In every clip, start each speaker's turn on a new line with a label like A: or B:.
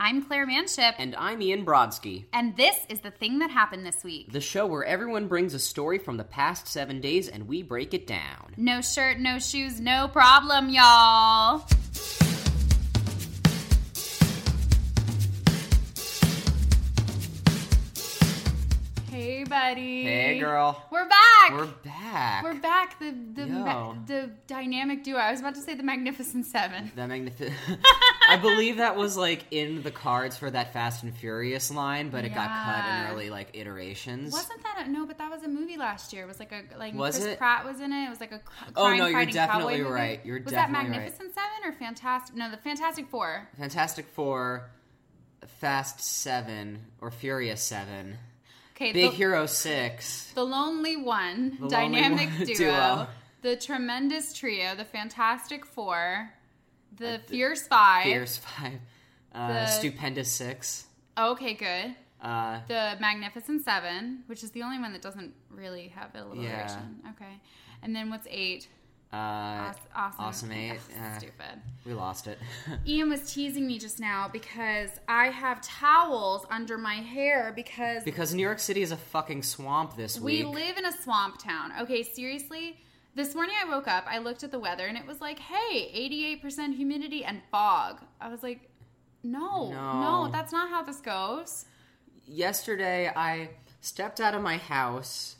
A: I'm Claire Manship,
B: And I'm Ian Brodsky,
A: and this is the thing that happened this week.
B: the show where everyone brings a story from the past seven days and we break it down.
A: No shirt, no shoes, no problem, y'all. Hey, buddy.
B: Hey, girl.
A: We're back.
B: We're back.
A: We're back. The the ma-
B: Yo.
A: the dynamic duo. I was about to say the Magnificent Seven.
B: That magnificent. I believe that was like in the cards for that Fast and Furious line, but it got cut
A: Yeah.
B: in early like iterations.
A: Wasn't that a, no? But that was a movie last year. It was like a like
B: Was
A: Chris
B: it?
A: Pratt was in it. It was like a cr- crime
B: Oh, no, you're
A: fighting
B: definitely
A: cowboy movie.
B: right. You're
A: was that
B: definitely right.
A: Magnificent Seven or Fantastic? No, the Fantastic Four.
B: Fantastic Four, Fast Seven, or Furious Seven,
A: Okay,
B: Big
A: the,
B: Hero Six.
A: the lonely one,
B: The Lonely
A: dynamic
B: One
A: duo,
B: duo.
A: the tremendous trio, the Fantastic Four, the Fierce Five.
B: Fierce Five, uh,
A: The-
B: Stupendous Six,
A: Okay, good.
B: uh,
A: The Magnificent Seven, which is the only one that doesn't really have alliteration. Okay, and then what's eight?
B: uh,
A: Awes- Awesome.
B: Awesome Eight.
A: Ugh,
B: uh,
A: stupid.
B: we lost it.
A: Ian was teasing me just now because I have towels under my hair because
B: because New York City is a fucking swamp this
A: we
B: week.
A: live in a swamp town. Okay, seriously. This morning I woke up, I looked at the weather, and it was like, hey, 88% humidity and fog. I was like, no, no,
B: No.
A: that's not how this goes.
B: yesterday I stepped out of my house,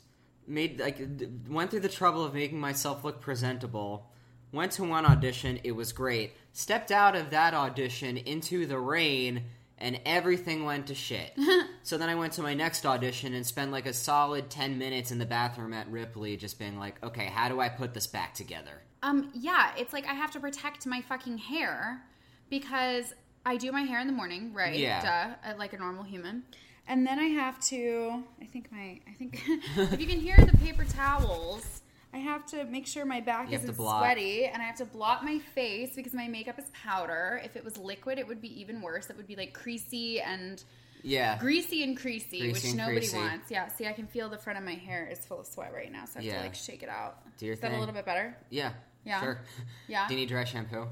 B: made like d- went through the trouble of making myself look presentable. Went to one audition, it was great. Stepped out of that audition into the rain and everything went to shit. so then I went to my next audition and spent like a solid 10 minutes in the bathroom at Ripley just being like, "Okay, how do I put this back together?"
A: Um, yeah, it's like I have to protect my fucking hair because I do my hair in the morning, right?
B: Yeah.
A: Duh, uh, like a normal human. And then I have to. I think my. I think if you can hear the paper towels, I have to make sure my back
B: You have to
A: isn't
B: blot.
A: sweaty, and I have to blot my face because my makeup is powder. If it was liquid, it would be even worse. It would be like creasy and
B: Yeah.
A: greasy and creasy,
B: Greasy
A: which
B: and
A: nobody
B: creasy.
A: wants. Yeah. See, I can feel the front of my hair is full of sweat right now, so I have
B: Yeah.
A: to like shake it out.
B: Do your
A: is that a
B: thing.
A: little bit better?
B: Yeah.
A: Yeah.
B: Sure.
A: Yeah.
B: Do you need dry shampoo?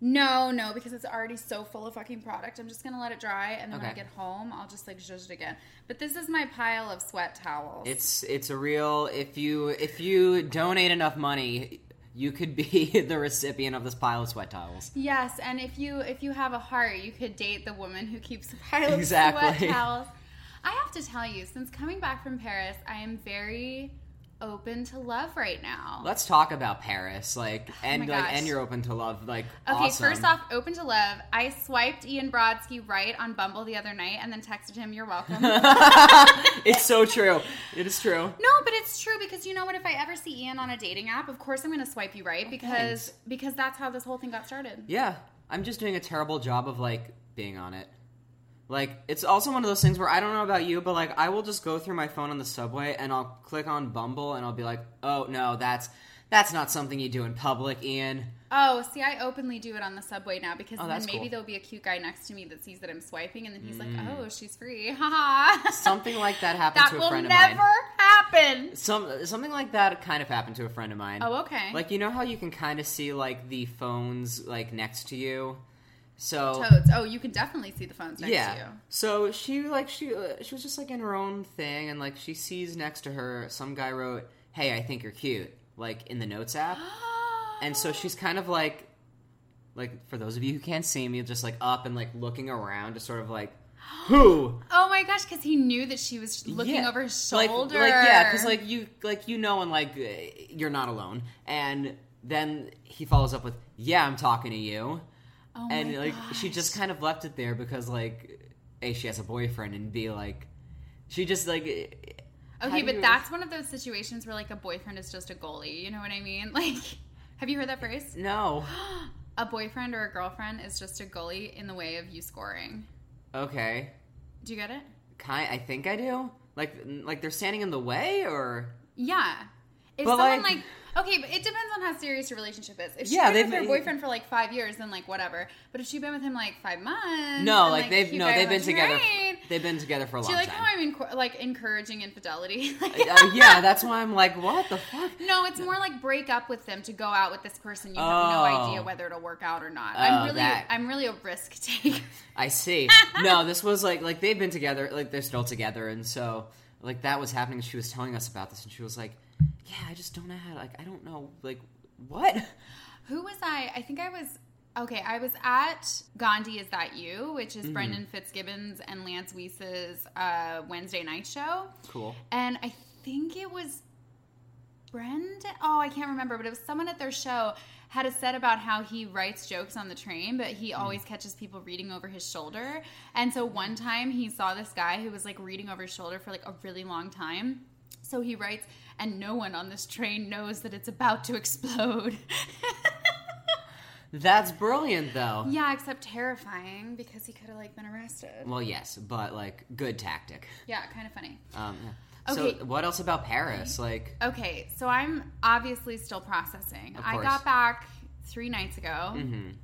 A: No, no, because it's already so full of fucking product. I'm just gonna let it dry, and then when I
B: Okay.
A: get home, I'll just like zhuzh it again. But this is my pile of sweat towels.
B: It's it's a real if you if you donate enough money, you could be the recipient of this pile of sweat towels.
A: yes, and if you if you have a heart, you could date the woman who keeps a pile of
B: Exactly.
A: sweat towels. I have to tell you, since coming back from Paris, I am very open to love right now.
B: Let's talk about Paris, like and
A: Oh my
B: like
A: gosh.
B: and you're open to love, like
A: Okay,
B: awesome.
A: first off, open to love. I swiped Ian Brodsky right on Bumble the other night and then texted him, You're welcome.
B: it's so true. It is true.
A: No, but it's true because you know what? If I ever see Ian on a dating app, of course I'm going to swipe you right because
B: thanks.
A: because that's how this whole thing got started.
B: Yeah, I'm just doing a terrible job of like being on it. Like it's also one of those things where I don't know about you, but like I will just go through my phone on the subway and I'll click on Bumble and I'll be like, "Oh no, that's that's not something you do in public, Ian."
A: Oh, see, I openly do it on the subway now because
B: Oh,
A: then
B: that's
A: maybe
B: cool. Mm.
A: there'll be a cute guy next to me that sees that I'm swiping and then he's like, "Oh, she's free." Haha.
B: Something like that happened
A: that
B: to a
A: will
B: friend of mine.
A: never happen.
B: Some something like that kind of happened to a friend of mine.
A: Oh, okay.
B: Like you know how you can kind of see like the phones like next to you. So
A: Toads. Oh, you can definitely see the phones next
B: yeah.
A: to you.
B: So she like she uh, she was just like in her own thing and like she sees next to her some guy wrote, "Hey, I think you're cute." Like in the notes app. and so she's kind of like like for those of you who can't see me, just like up and like looking around just sort of like who
A: Oh my gosh, because he knew that she was looking
B: Yeah.
A: over his
B: Like-
A: shoulder.
B: Like, yeah, because like you like you know and like eh, you're not alone. And then he follows up with, "Yeah, I'm talking to you."
A: oh my
B: and like she
A: gosh.
B: just kind of left it there because like a she has a boyfriend and b like she just like eh, how
A: Okay,
B: do
A: but
B: you-
A: that's one of those situations where like a boyfriend is just a goalie. You know what I mean? Like, have you heard that phrase?
B: no.
A: A boyfriend or a girlfriend is just a goalie in the way of you scoring.
B: Okay,
A: Do you get it?
B: kind. I think I do. Like like they're standing in the way or
A: Yeah. If
B: But,
A: someone like,
B: like-
A: okay, but it depends on how serious your relationship is. If she's
B: Yeah,
A: been with
B: they've-
A: her boyfriend for like five years, then like whatever. But if she's been with him like five months,
B: No,
A: and,
B: like, they've-
A: you
B: no,
A: guys
B: they've been
A: went
B: together f-
A: train,
B: They've been together for a
A: Do
B: long
A: you like "Oh
B: time.
A: how I'm enc- like encouraging infidelity? Like-
B: Uh, yeah, that's why I'm like, what the fuck?
A: No, it's more like break up with them to go out with this person. You have
B: Oh.
A: no idea whether it'll work out or not.
B: Oh,
A: I'm really,
B: that.
A: I'm really a risk taker.
B: I see. No, this was like like they've been together, like they're still together, and so like that was happening. She was telling us about this, and she was like, "Yeah, I just don't know how. Like, I don't know. Like, what?
A: Who was I? I think I was. Okay, I was at Gandhi Is That You, which
B: Mm-hmm.
A: is Brendan Fitzgibbons and Lance Weiss's uh, Wednesday night show.
B: Cool.
A: And I think it was Brenda. Oh, I can't remember, but it was someone at their show had a set about how he writes jokes on the train, but he always catches people reading over his shoulder. And so one time he saw this guy who was like reading over his shoulder for like a really long time. So he writes, and no one on this train knows that it's about to explode.
B: That's brilliant, though.
A: yeah, except terrifying because he could have like been arrested.
B: Well, yes, but like good tactic.
A: Yeah, kind of funny.
B: Um, yeah.
A: Okay.
B: So, what else about Paris? Like,
A: Okay, so I'm obviously still processing.
B: Of
A: I
B: course. Mm-hmm.
A: got back three nights ago.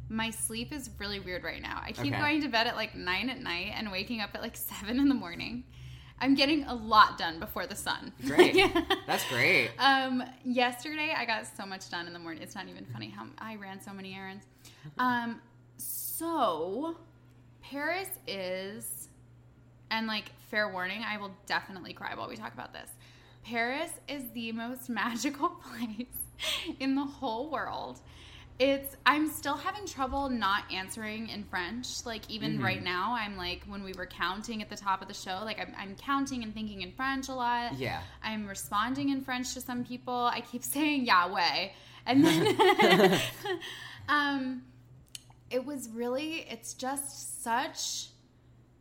A: My sleep is really weird right now. I keep
B: Okay.
A: going to bed at like nine at night and waking up at like seven in the morning. I'm getting a lot done before the sun.
B: great. That's great.
A: Um, yesterday I got so much done in the morning. It's not even funny how I ran so many errands. Um, so Paris is, and like fair warning, I will definitely cry while we talk about this. Paris is the most magical place in the whole world. It's I'm still having trouble not answering in French. Like even right now, I'm like when we were counting at the top of the show, like I'm, I'm counting and thinking in French a lot.
B: Yeah.
A: I'm responding in French to some people. I keep saying Yahweh. And then um it was really it's just such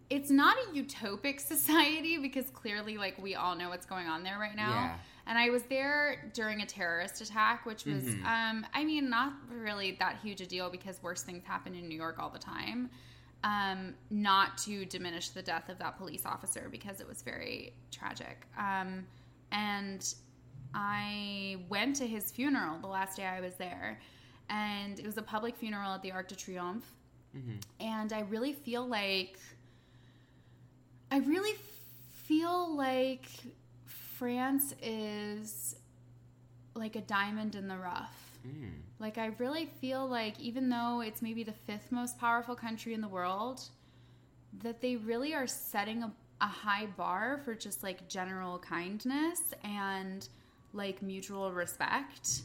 A: it's not a utopic society because clearly like we all know what's going on there right now.
B: Yeah.
A: And I was there during a terrorist attack, which was, um, I mean, not really that huge a deal because worse things happen in New York all the time. Um, not to diminish the death of that police officer because it was very tragic. Um, and I went to his funeral the last day I was there, and it was a public funeral at the Arc de Triomphe. And I really feel like I really feel like France is like a diamond in the rough.
B: Mm-hmm. Mm,
A: Like I really feel like even though it's maybe the fifth most powerful country in the world, that they really are setting a, a high bar for just like general kindness and like mutual respect.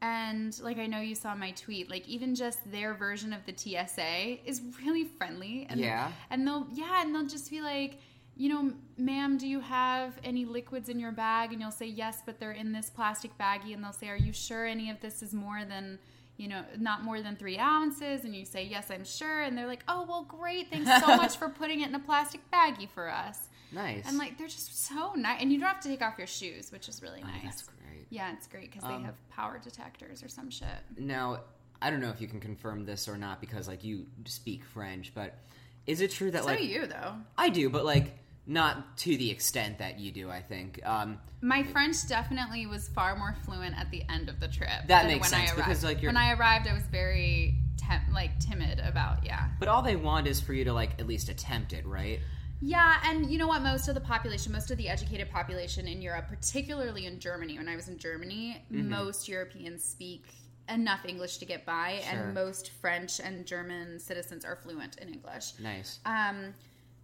A: And like I know you saw my tweet, like even just their version of the TSA is really friendly. And
B: Yeah.
A: and they'll yeah, and they'll just be like, you know, ma'am, do you have any liquids in your bag? And you'll say yes, but they're in this plastic baggie. And they'll say, are you sure any of this is more than you know, not more than three ounces, and you say, Yes, I'm sure. And they're like, Oh, well, great. Thanks so much for putting it in a plastic baggie for us.
B: Nice.
A: And like, they're just so nice. And you don't have to take off your shoes, which is really
B: Oh,
A: nice.
B: that's great. Um,
A: Yeah, it's great because they have power detectors or some shit.
B: Now, I don't know if you can confirm this or not because like you speak French, but is it true that
A: So
B: like
A: do you, though.
B: I do, but like not to the extent that you do. I think um,
A: My French definitely was far more fluent at the end of the trip.
B: That
A: than
B: makes
A: when I
B: sense,
A: arrived.
B: because, like, you're-
A: when I arrived, I was very tem- like timid about yeah,
B: But all they want is for you to like at least attempt it, right?
A: yeah. And you know what? Most of the population, most of the educated population in Europe, particularly in Germany, when I was in Germany,
B: Mm-hmm.
A: most Europeans speak enough English to get by,
B: Sure.
A: and most French and German citizens are fluent in English.
B: Nice.
A: Um,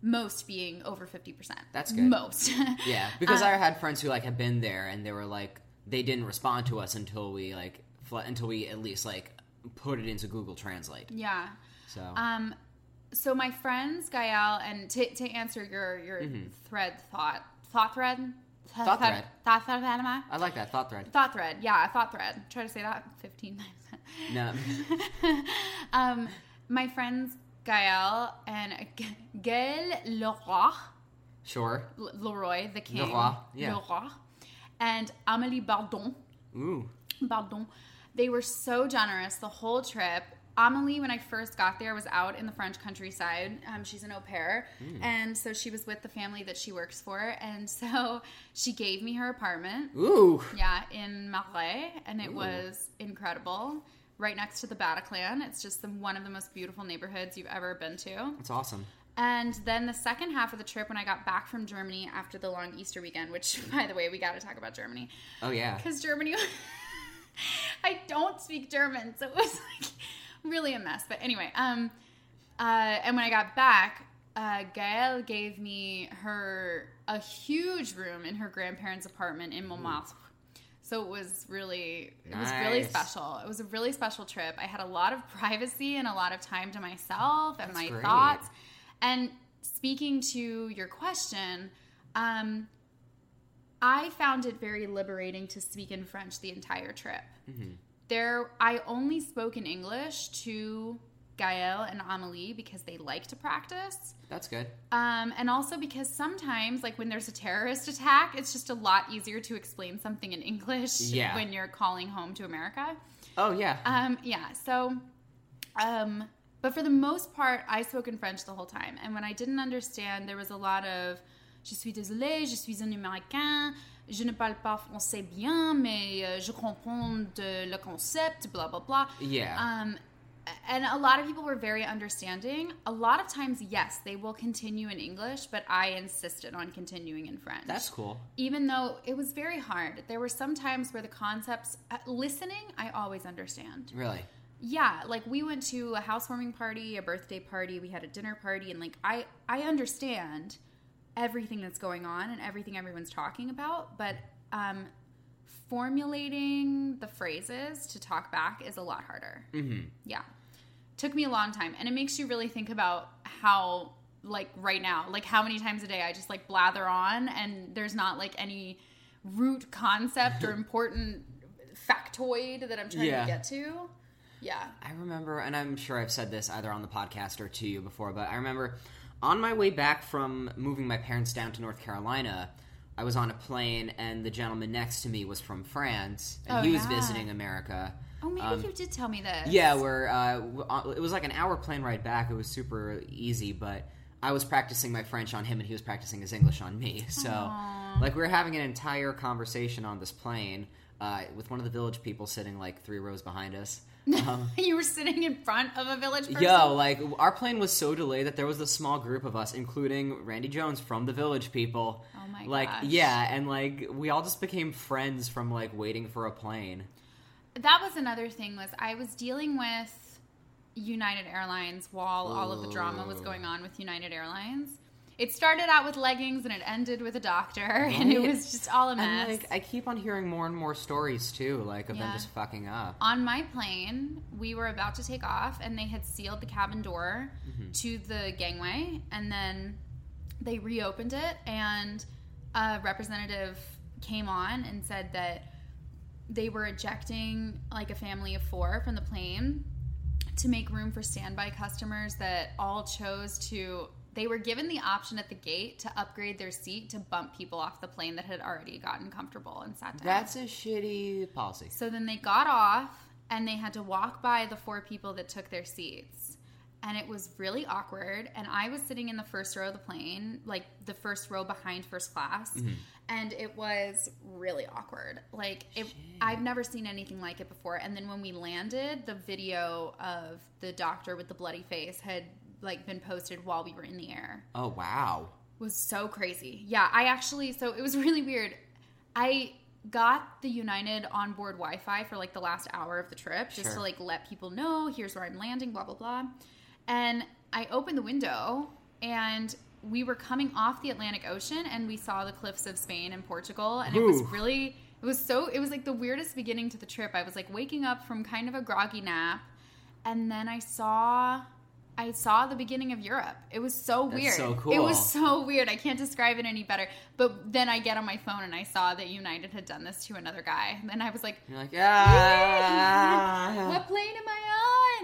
A: most being over fifty percent.
B: That's good.
A: Most.
B: Yeah, because I had friends who like had been there and they were like they didn't respond to us until we like fl- until we at least like put it into Google Translate.
A: yeah.
B: So
A: Um, so my friends Gael and to, to answer your your thread thought thought thread
B: Mm-hmm. Thought thread.
A: thought thread Fatima?
B: I like that thought thread.
A: thought thread yeah thought thread try to say that fifteen times.
B: No,
A: um, my friends Gael and G- Gael Leroy
B: sure.
A: L- Leroy the king
B: Leroy, yeah.
A: Leroy, and Amélie Bardon
B: Ooh,
A: pardon. They were so generous the whole trip. Amelie, when I first got there, was out in the French countryside. Um, she's an au pair. And so she was with the family that she works for. And so she gave me her apartment.
B: ooh.
A: Yeah, in Marais. And it was incredible. Right next to the Bataclan. It's just the, one of the most beautiful neighborhoods you've ever been to.
B: That's awesome.
A: And then the second half of the trip, when I got back from Germany after the long Easter weekend, which, by the way, we got to talk about Germany
B: Oh yeah.
A: because Germany, I don't speak German, so it was like really a mess. But anyway, um, uh, and when I got back, uh, Gael gave me her a huge room in her grandparents' apartment in Montmartre. So it was really, it was really
B: Nice.
A: special. It was a really special trip. I had a lot of privacy and a lot of time to myself and
B: That's
A: my
B: great.
A: thoughts. And speaking to your question, um, I found it very liberating to speak in French the entire trip.
B: Mm-hmm.
A: There, I only spoke in English to Gael and Amelie because they like to practice.
B: That's good.
A: Um, and also because sometimes, like when there's a terrorist attack, it's just a lot easier to explain something in English
B: Yeah.
A: when you're calling home to America.
B: Oh yeah.
A: Um, yeah, so, um, but for the most part, I spoke in French the whole time. And when I didn't understand, there was a lot of Je suis désolé, je suis un Américain, je ne parle pas français bien, mais euh, je comprends de- le concept, blah, blah, blah.
B: Yeah.
A: Um, and a lot of people were very understanding. A lot of times, yes, they will continue in English, but I insisted on continuing in French
B: That's cool.
A: even though it was very hard there were some times where the concepts uh, listening i always understand
B: Really.
A: yeah like we went to a housewarming party a birthday party we had a dinner party and like i i understand everything that's going on and everything everyone's talking about but um formulating the phrases to talk back is a lot harder
B: Mm-hmm.
A: yeah took me a long time and it makes you really think about how like right now like how many times a day i just like blather on and there's not like any root concept or important factoid that i'm trying
B: Yeah.
A: to get to yeah
B: I remember, and I'm sure I've said this either on the podcast or to you before, but I remember on my way back from moving my parents down to North Carolina, I was on a plane, and the gentleman next to me was from France, and
A: Oh,
B: he was
A: yeah.
B: visiting America.
A: oh maybe
B: Um,
A: you did tell me this
B: Yeah, where uh, w- uh, it was like an hour plane ride back. It was super easy, but I was practicing my French on him, and he was practicing his English on me. So,
A: Aw.
B: like, we were having an entire conversation on this plane uh, with one of the village people sitting like three rows behind us. Um,
A: you were sitting in front of a village person
B: Yo, like our plane was so delayed that there was a small group of us, including Randy Jones from the Village People.
A: Oh my
B: Like,
A: gosh.
B: yeah, and like we all just became friends from like waiting for a plane.
A: that was another thing was i was dealing with united airlines while all of the drama was
B: Ooh.
A: going on with united airlines it started out with leggings and it ended with a doctor and it
B: Right.
A: was just all a mess
B: And like I keep on hearing more and more stories too, like of them
A: Yeah.
B: just fucking up.
A: on my plane, we were about to take off, and they had sealed the cabin door to the gangway, and then they reopened it, and a representative came on and said that they were ejecting like a family of four from the plane to make room for standby customers that all chose to. They were given the option at the gate to upgrade their seat to bump people off the plane that had already gotten comfortable and sat down.
B: That's a shitty policy.
A: So then they got off and they had to walk by the four people that took their seats. And it was really awkward. And I was sitting in the first row of the plane, like the first row behind first class. And it was really awkward. Like, it, I've never seen anything like it before. And then when we landed, the video of the doctor with the bloody face had like been posted while we were in the air
B: Oh wow.
A: was so crazy. Yeah, I actually so it was really weird. I got the United onboard Wi-Fi for like the last hour of the trip just
B: Sure.
A: to like let people know here's where I'm landing, blah blah blah. And I opened the window and we were coming off the Atlantic Ocean and we saw the cliffs of Spain and Portugal and it was
B: Ooh.
A: really it was so it was like the weirdest beginning to the trip. I was like waking up from kind of a groggy nap and then I saw I saw the beginning of Europe. It was so
B: That's
A: weird.
B: so
A: It
B: cool.
A: was so weird. I can't describe it any better. But then I get on my phone and I saw that United had done this to another guy. And I was like,
B: You're like, ah
A: what plane am I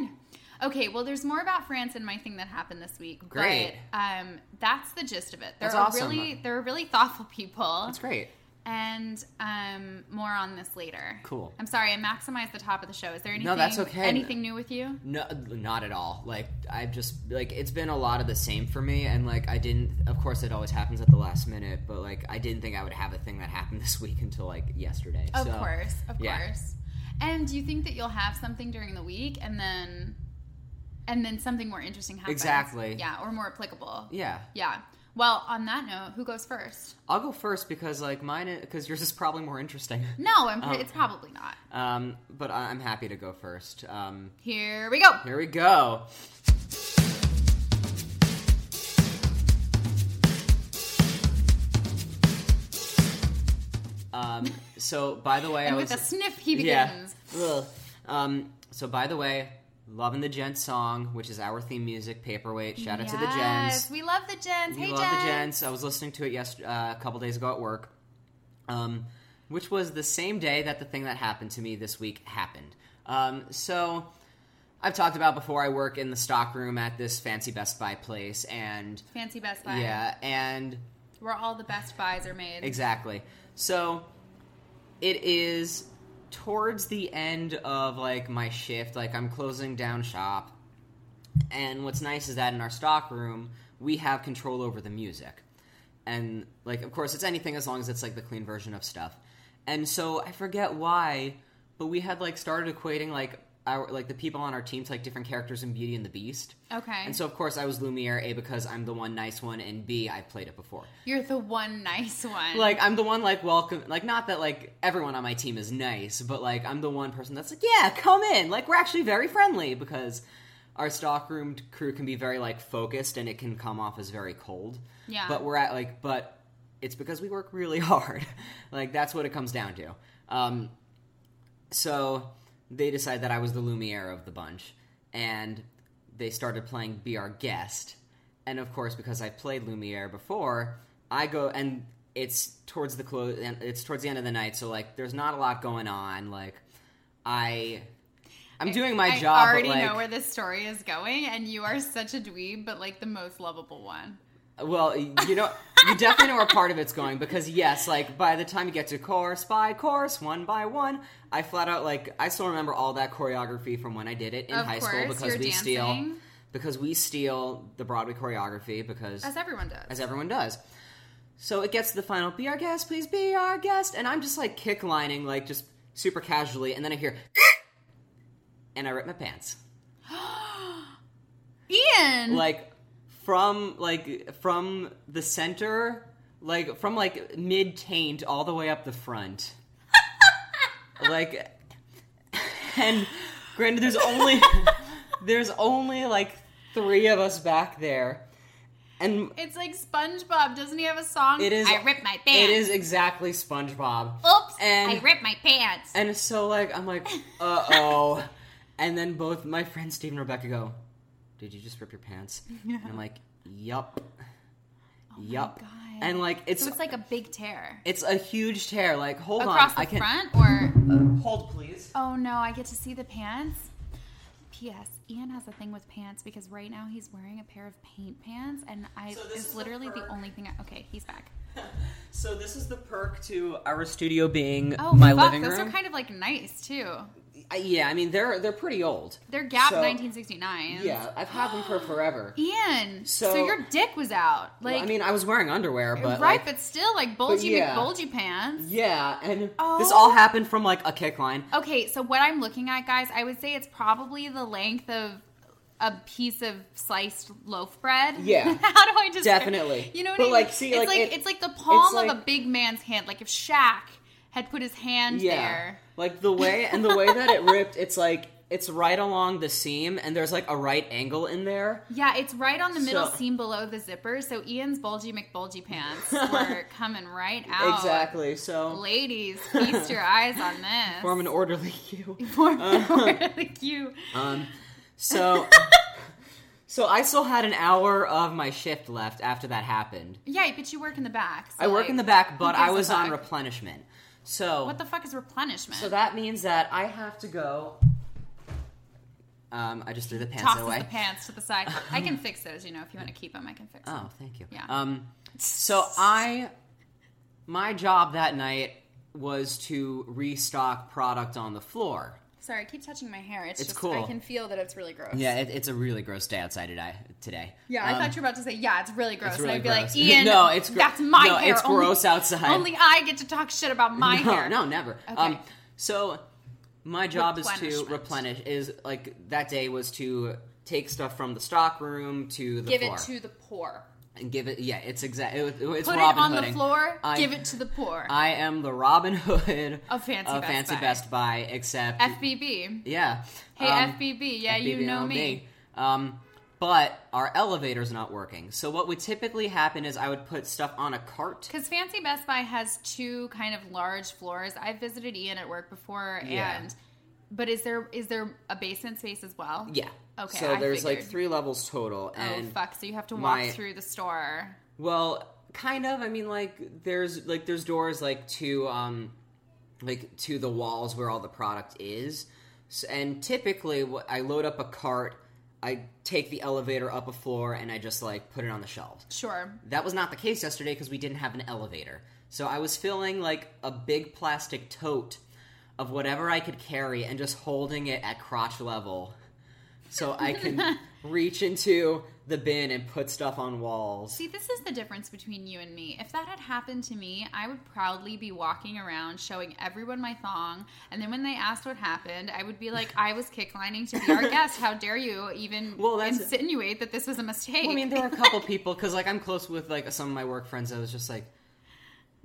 A: on? Okay, well, there's more about France in my thing that happened this week.
B: Great.
A: But, um, that's the gist of it. There
B: That's
A: are
B: awesome.
A: really there are really thoughtful people.
B: That's great.
A: And um, more on this later.
B: Cool.
A: I'm sorry, I maximized the top of the show. Is there anything
B: that's okay.
A: anything new with you?
B: No, not at all. Like I've just like it's been a lot of the same for me, and like I didn't. Of course, it always happens at the last minute, but like I didn't think I would have a thing that happened this week until like yesterday.
A: Of
B: so,
A: course, of
B: yeah.
A: course. And do you think that you'll have something during the week and then and then something more interesting happens.
B: Exactly.
A: Yeah, or more applicable.
B: Yeah.
A: Yeah. Well, on that note, who goes first?
B: I'll go first because like mine because yours is probably more interesting.
A: No, I'm, pre- it's probably not.
B: Um, but I- I'm happy to go first. Um,
A: Here we go.
B: here we go. Um, so by the way,
A: and
B: I
A: with
B: was
A: a sniff, he
B: yeah.
A: begins.
B: Ugh. Um, so by the way, loving the gents song, which is our theme music, Paperweight. Shout out to the gents.
A: Yes, We love the gens.
B: We
A: hey,
B: love
A: gens.
B: the gents. I was listening to it yesterday, uh, a couple days ago at work, um, which was the same day that the thing that happened to me this week happened. Um, so I've talked about before. I work in the stock room at this fancy Best Buy place, and
A: Fancy Best Buy.
B: yeah, and
A: Where all the Best Buys are made.
B: Exactly. So it is towards the end of like my shift, like I'm closing down shop. And what's nice is that in our stock room, we have control over the music. And like of course it's anything as long as it's like the clean version of stuff. And so I forget why, but we had like started equating like our like the people on our team to like different characters in Beauty and the Beast.
A: Okay.
B: And so of course I was Lumiere A because I'm the one nice one and B I've played it before
A: You're the one nice one.
B: like I'm the one like welcome like not that like everyone on my team is nice, but like I'm the one person that's like, yeah, come in. Like we're actually very friendly because our stockroom crew can be very like focused and it can come off as very cold.
A: Yeah.
B: But we're at like but it's because we work really hard. like that's what it comes down to. Um so they decide that I was the Lumiere of the bunch, and they started playing Be Our Guest. And of course, because I played Lumiere before, I go and it's towards the close and it's towards the end of the night, so like there's not a lot going on. Like I I'm doing my
A: I
B: job. but,
A: already
B: like,
A: know where this story is going, and you are such a dweeb, but like the most lovable one.
B: Well, you know, you definitely know where part of it's going because yes, like by the time you get to course by course, one by one, I flat out like I still remember all that choreography from when I did it in
A: Of
B: high school
A: course,
B: because
A: you're
B: we steal
A: dancing.
B: because we steal the Broadway choreography because
A: As everyone does.
B: as everyone does. So it gets to the final, be our guest, please be our guest. And I'm just like kick lining, like just super casually. And then I hear, and I rip my pants.
A: Ian!
B: like from like from the center like from like mid taint all the way up the front like and granted there's only there's only like three of us back there and
A: it's like SpongeBob. Doesn't he have a song?
B: it is
A: I ripped my
B: it
A: pants.
B: is exactly spongebob
A: Oops.
B: and-
A: I ripped my pants.
B: and so like I'm like, uh oh. and then both my friends Steve and Rebecca go, Did you just rip your pants? And I'm like, Yup. yup.
A: Oh God.
B: And like it's
A: so it's like a big tear.
B: it's a huge tear. Like, hold
A: Across
B: on.
A: the
B: I can
A: front, or.
B: hold please.
A: Oh no, I get to see the pants. P.S. Ian has a thing with pants because right now he's wearing a pair of paint pants, and I
B: So this
A: is,
B: is the
A: literally the
B: perk.
A: only thing. I, okay, he's back.
B: So this is the perk to our studio being
A: Oh,
B: my
A: fuck,
B: living
A: those
B: room.
A: are kind of like nice too.
B: Uh, yeah, I mean they're they're pretty old.
A: They're Gap
B: So-
A: 1969.
B: Yeah, I've had them for forever.
A: Ian, so,
B: So-
A: your dick was out,
B: Well,
A: like
B: I mean, I was wearing underwear, but
A: right,
B: like,
A: but still like bulgy
B: yeah.
A: McBulgy pants.
B: yeah, and this
A: Oh.
B: all happened from like a kick line.
A: Okay, so what I'm looking at, guys, I would say it's probably the length of a piece of sliced loaf bread.
B: Yeah.
A: How do I just
B: Definitely.
A: You know what
B: But,
A: I mean?
B: like, see,
A: it's
B: like,
A: like,
B: it-
A: it's like the palm of
B: it's
A: a
B: like-
A: big man's hand. Like if Shaq had put his hand there.
B: Like the way and the way that it ripped, it's like it's right along the seam and there's like a right angle in there.
A: Yeah, it's right on the middle
B: So-
A: seam below the zipper. So Ian's bulgy McBulgy pants were coming right out.
B: Exactly. So
A: Ladies, feast your eyes on this.
B: form an orderly queue.
A: Form an
B: Uh-huh.
A: orderly queue.
B: Um so so I still had an hour of my shift left after that happened.
A: Yeah, but you work in the back. so,
B: I work
A: like,
B: in the back,
A: who
B: but
A: gives
B: I
A: a
B: was on
A: fuck?
B: replenishment. So
A: What the fuck is replenishment?
B: so that means that I have to go um I just threw the pants
A: tosses
B: away.
A: the pants to the side. I can fix those. You know, if you want to keep them, I can fix them.
B: Oh, thank you.
A: Yeah.
B: Um, so I, my job that night was to restock product on the floor.
A: Sorry, I keep touching my hair. It's,
B: It's
A: just
B: cool.
A: I can feel that it's really gross.
B: Yeah, it, it's a really gross day outside today. Today.
A: Yeah, I
B: Um,
A: thought you were about to say, yeah, it's really gross.
B: it's really
A: and I'd be
B: gross.
A: like, Ian,
B: No, it's gro-
A: that's my
B: no,
A: hair.
B: it's
A: only-
B: gross outside.
A: Only I get to talk shit about my
B: no,
A: hair.
B: No, never. Um,
A: Okay.
B: so my job is to
A: Replenishment.
B: replenish. Is like that day was to take stuff from the stockroom to the
A: Give
B: floor
A: it to the poor.
B: and give it. Yeah, it's exact. It, it's
A: Put
B: Robin
A: it on the
B: Hooding.
A: floor.
B: I-
A: give it to the poor.
B: I am the Robin Hood
A: Of Fancy
B: of
A: Best
B: Fancy
A: Buy.
B: Best Buy, except
A: FBB.
B: yeah.
A: Hey
B: Um,
A: FBB. Yeah,
B: FBB,
A: you know
B: I'm
A: me.
B: Um, but our elevator's not working. So what would typically happen is I would put stuff on a cart.
A: Because Fancy Best Buy has two kind of large floors. I've visited Ian at work before,
B: Yeah.
A: and but is there is there a basement space as well?
B: Yeah.
A: Okay,
B: So
A: I
B: there's like
A: figured.
B: three levels total,
A: Oh
B: and
A: fuck! So you have to walk
B: my-
A: through the store.
B: well, kind of. I mean, like there's like there's doors like to um like to the walls where all the product is, so, and typically what I load up a cart. I take the elevator up a floor and I just like put it on the shelves.
A: Sure.
B: That was not the case yesterday because we didn't have an elevator. So I was filling like a big plastic tote of whatever I could carry and just holding it at crotch level so I can reach into the bin and put stuff on walls.
A: See, this is the difference between you and me. If that had happened to me, I would proudly be walking around showing everyone my thong, and then when they asked what happened, I would be like, "I was kicklining to be our guest. How dare you even
B: Well, that's-
A: insinuate that this was a mistake?"
B: I mean, there were a couple people because like I'm close with like some of my work friends. I was just like,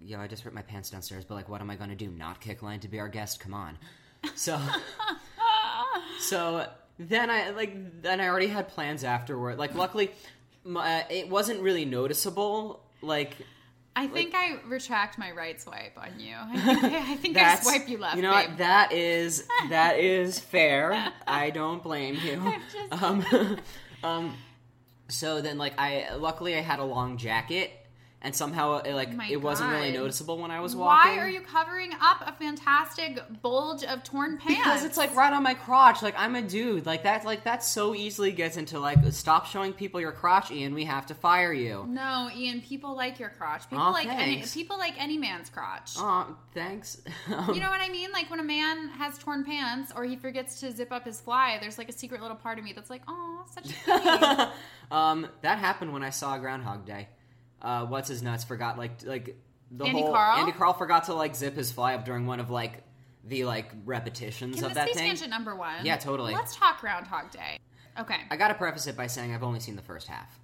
B: yo, I just ripped my pants downstairs, but like, what am I going to do? Not kick line to be our guest? Come on. So, so then I like then I already had plans afterward. Like, luckily, my, it wasn't really noticeable. Like
A: I think I retract my right swipe on you. I think I, I, think I
B: that's
A: swipe you left.
B: You know
A: babe.
B: what? That is that is fair. I don't blame you.
A: just-
B: um, um, so then, like, I luckily I had a long jacket, and somehow it, like
A: My
B: it wasn't really
A: God.
B: noticeable when I was walking.
A: Why are you covering up a fantastic bulge of torn pants?
B: Because it's like right on my crotch. Like I'm a dude. Like that. Like that so easily gets into like stop showing people your crotch, Ian. We have to fire you.
A: no, Ian. People like your crotch. People
B: Aw,
A: like any,
B: thanks.
A: people like any man's crotch.
B: Oh, thanks. Um,
A: You know what I mean? Like when a man has torn pants or he forgets to zip up his fly, there's like a secret little part of me that's like, oh, such a thing.
B: um, that happened when I saw Groundhog Day. Uh, what's his nuts forgot like like the
A: Andy
B: whole
A: Carl?
B: Andy Carl forgot to like zip his fly up during one of like the like repetitions
A: Can
B: of
A: this
B: that
A: be
B: thing.
A: tangent number one?
B: Yeah, totally.
A: Let's talk Groundhog Day. Okay.
B: I gotta preface it by saying I've only seen the first half.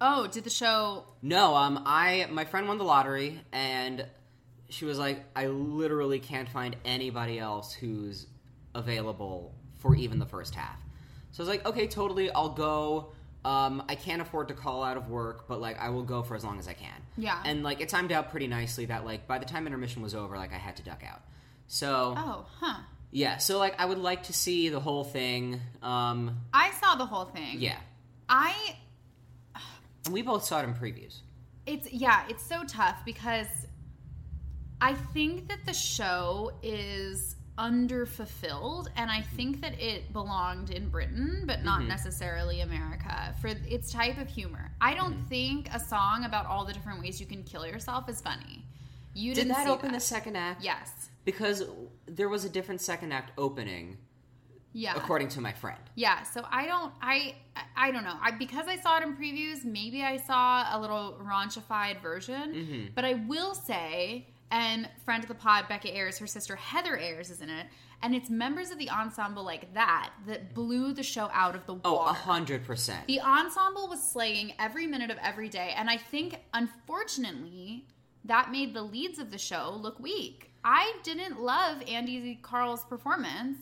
A: Oh, did the show?
B: No, um, I my friend won the lottery and she was like, I literally can't find anybody else who's available for even the first half. So I was like, okay, totally, I'll go. Um, I can't afford to call out of work, but like I will go for as long as I can.
A: Yeah.
B: And like it timed out pretty nicely that like by the time intermission was over, like I had to duck out. So
A: Oh, huh.
B: yeah, so like I would like to see the whole thing. Um,
A: I saw the whole thing.
B: yeah,
A: I
B: and we both saw it in previews.
A: It's yeah, it's so tough because I think that the show is underfulfilled and I
B: Mm-hmm.
A: think that it belonged in Britain but not necessarily America for its type of humor. I don't
B: Mm-hmm.
A: think a song about all the different ways you can kill yourself is funny. You
B: Did
A: didn't
B: that
A: see
B: open
A: that.
B: the second act?
A: Yes.
B: because there was a different second act opening
A: Yeah.
B: according to my friend
A: Yeah, so I don't, I, I don't know. I because I saw it in previews, maybe I saw a little raunchified version.
B: Mm-hmm.
A: But I will say, and friend of the pod, Becca Ayers, her sister Heather Ayers is in it, and it's members of the ensemble like that that blew the show out of the
B: oh a
A: water.
B: hundred percent
A: The ensemble was slaying every minute of every day, and I think unfortunately that made the leads of the show look weak. I didn't love Andy Carl's performance,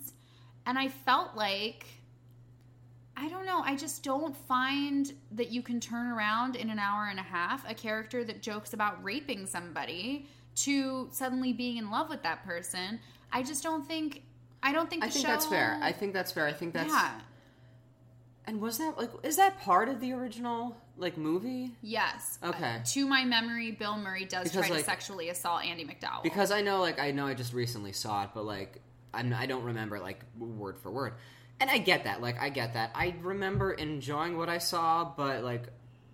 A: and I felt like I don't know, I just don't find that you can turn around in an hour and a half a character that jokes about raping somebody to suddenly being in love with that person. I just don't think I don't think
B: i
A: the
B: think
A: show,
B: that's fair i think that's fair i think that's
A: yeah.
B: and was that like is that part of the original like movie
A: Yes.
B: Okay.
A: Uh, to my memory, Bill Murray does
B: Because,
A: try
B: like-
A: to sexually assault Andy McDowell.
B: because i know like i know i just recently saw it but like I'm, i don't remember like word for word and i get that like i get that i remember enjoying what i saw but like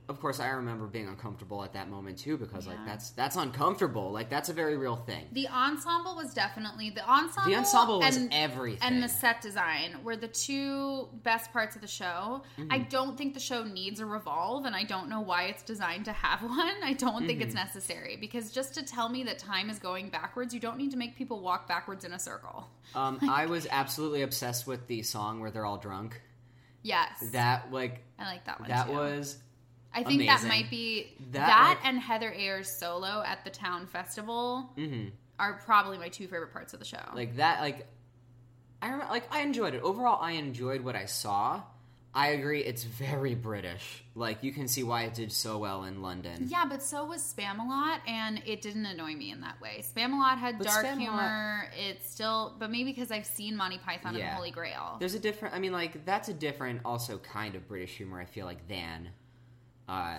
B: of course i remember being uncomfortable at that moment too because like
A: Yeah.
B: that's that's uncomfortable like that's a very real thing
A: the ensemble was definitely the ensemble.
B: the ensemble was
A: and,
B: everything
A: and the set design were the two best parts of the show. I
B: Mm-hmm.
A: don't think the show needs a revolve, and I don't know why it's designed to have one. I don't think
B: Mm-hmm.
A: it's necessary because just to tell me that time is going backwards, you don't need to make people walk backwards in a circle.
B: Um, I was absolutely obsessed with the song where they're all drunk,
A: Yes.
B: That like
A: I like that one.
B: that
A: too.
B: was
A: I think that
B: amazing.
A: might be
B: That,
A: that,
B: like-
A: and Heather Ayers solo at the town festival
B: mhm.
A: are probably my two favorite parts of the show.
B: like that like I remember like I enjoyed it. Overall, I enjoyed what I saw. I agree it's very British. Like you can see why it did so well in London.
A: yeah, but so was Spamalot, and it didn't annoy me in that way. Spamalot had
B: But
A: dark
B: Spamalot-
A: humor. It's still, but maybe because I've seen Monty Python and
B: Yeah.
A: the Holy Grail.
B: There's a different. I mean, like that's a different, also kind of British humor. I feel like than, uh,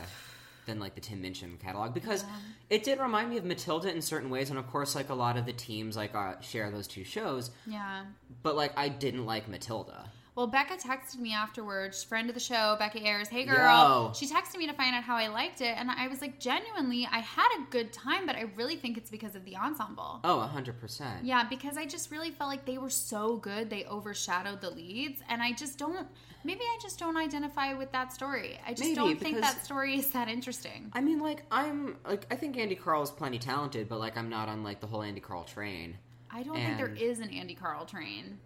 B: than like the Tim Minchin catalog because it did remind me of Matilda in certain ways, and of course, like a lot of the teams like uh, share those two shows.
A: yeah.
B: But like, I didn't like Matilda.
A: Well, Becca texted me afterwards, friend of the show, Becca Ayers. Hey, girl.
B: Yo.
A: She texted me to find out how I liked it. And I was like, genuinely, I had a good time, but I really think it's because of the ensemble.
B: Oh, hundred percent.
A: Yeah, because I just really felt like they were so good. They overshadowed the leads. And I just don't, maybe I just don't identify with that story. I just
B: Maybe,
A: don't think
B: because-
A: that story is that interesting.
B: I mean, like I'm like I think Andy Carl is plenty talented, but like I'm not on like the whole Andy Carl train.
A: I don't think
B: And-
A: there is an Andy Carl train.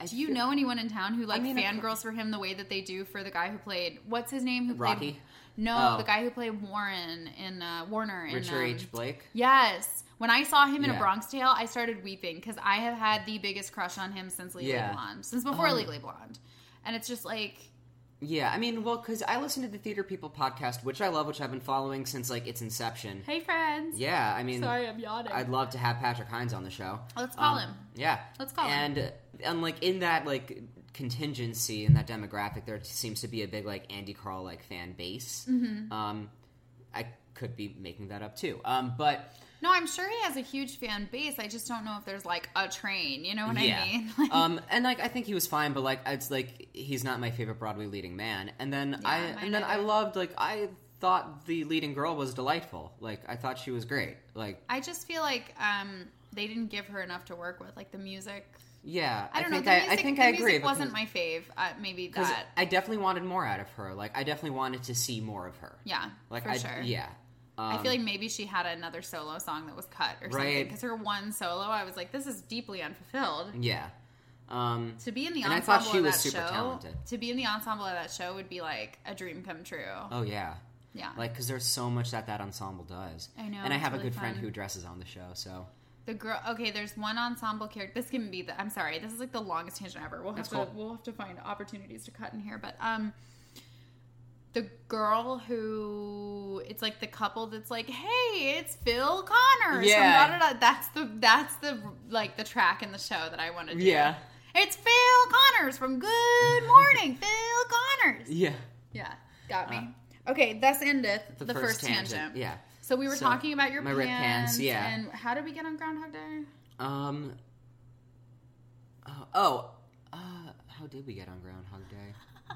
B: I
A: Do you
B: feel-
A: know anyone in town who like
B: mean, of
A: fangirls for him the way that they do for the guy who played what's his name? Who Played,
B: Rocky?
A: no,
B: Oh.
A: the guy who played Warren in uh, Warner in
B: Richard
A: um,
B: H. Blake?
A: Yes. When I saw him in
B: Yeah.
A: A Bronx Tale, I started weeping because I have had the biggest crush on him since Legally
B: Yeah. Um,
A: Blonde, since before Legally Blonde, and it's just like
B: Yeah, I mean, well, because I listen to the Theater People podcast, which I love, which I've been following since like its inception.
A: Hey friends.
B: Yeah, I mean,
A: Sorry, I'm yawning.
B: I'd Um, love to have Patrick Hines on the show.
A: Let's call him.
B: Yeah,
A: Let's call
B: and, him. And like in that like contingency in that demographic, there seems to be a big like Andy Carl like fan base.
A: Mm-hmm.
B: Um, I could be making that up too. Um, but
A: No, I'm sure he has a huge fan base. I just don't know if there's like a train. You know what
B: yeah,
A: I mean? Like,
B: um, and like I think he was fine, but like it's like he's not my favorite Broadway leading man. And then I
A: mine
B: and then I
A: either.
B: loved like I thought the leading girl was delightful. Like I thought she was great. Like
A: I just feel like um, they didn't give her enough to work with, like the music.
B: yeah,
A: I don't
B: think
A: know. The
B: I,
A: music,
B: I think
A: the
B: I
A: music
B: agree. because-
A: wasn't my fave. Uh, maybe
B: Because
A: that.
B: I definitely wanted more out of her. Like I definitely wanted to see more of her.
A: Yeah,
B: Like
A: for
B: I
A: sure.
B: yeah.
A: I
B: Um,
A: feel like maybe she had another solo song that was cut or something.
B: Right.
A: Because her one solo, I was like, this is deeply unfulfilled.
B: yeah. Um,
A: To be in the
B: And I
A: ensemble
B: thought she
A: of
B: was
A: that
B: super
A: show,
B: talented.
A: to be in the ensemble of that show would be like a dream come true.
B: oh yeah.
A: yeah,
B: Like because there's so much that that ensemble does.
A: I know,
B: And I
A: it's
B: have a
A: really
B: good friend
A: fun.
B: who dresses on the show, so
A: the girl. Okay, there's one ensemble character. This can be the. I'm sorry, this is like the longest tangent ever. We'll have
B: That's
A: to
B: cool.
A: we'll have to find opportunities to cut in here, but um. The girl who it's like the couple that's like, hey, it's Phil Connors. from
B: Yeah.
A: da, da, da." That's the that's the like the track in the show that I want to do.
B: Yeah.
A: It's Phil Connors from Good Morning, Phil Connors.
B: yeah.
A: Yeah, got me.
B: Uh,
A: okay, thus endeth the, first, tangent.
B: Yeah.
A: So we were
B: So,
A: talking about your
B: my
A: pants,
B: ripped pants, yeah.
A: And how did we get on Groundhog Day?
B: Um. oh, oh. Uh, how did we get on Groundhog Day?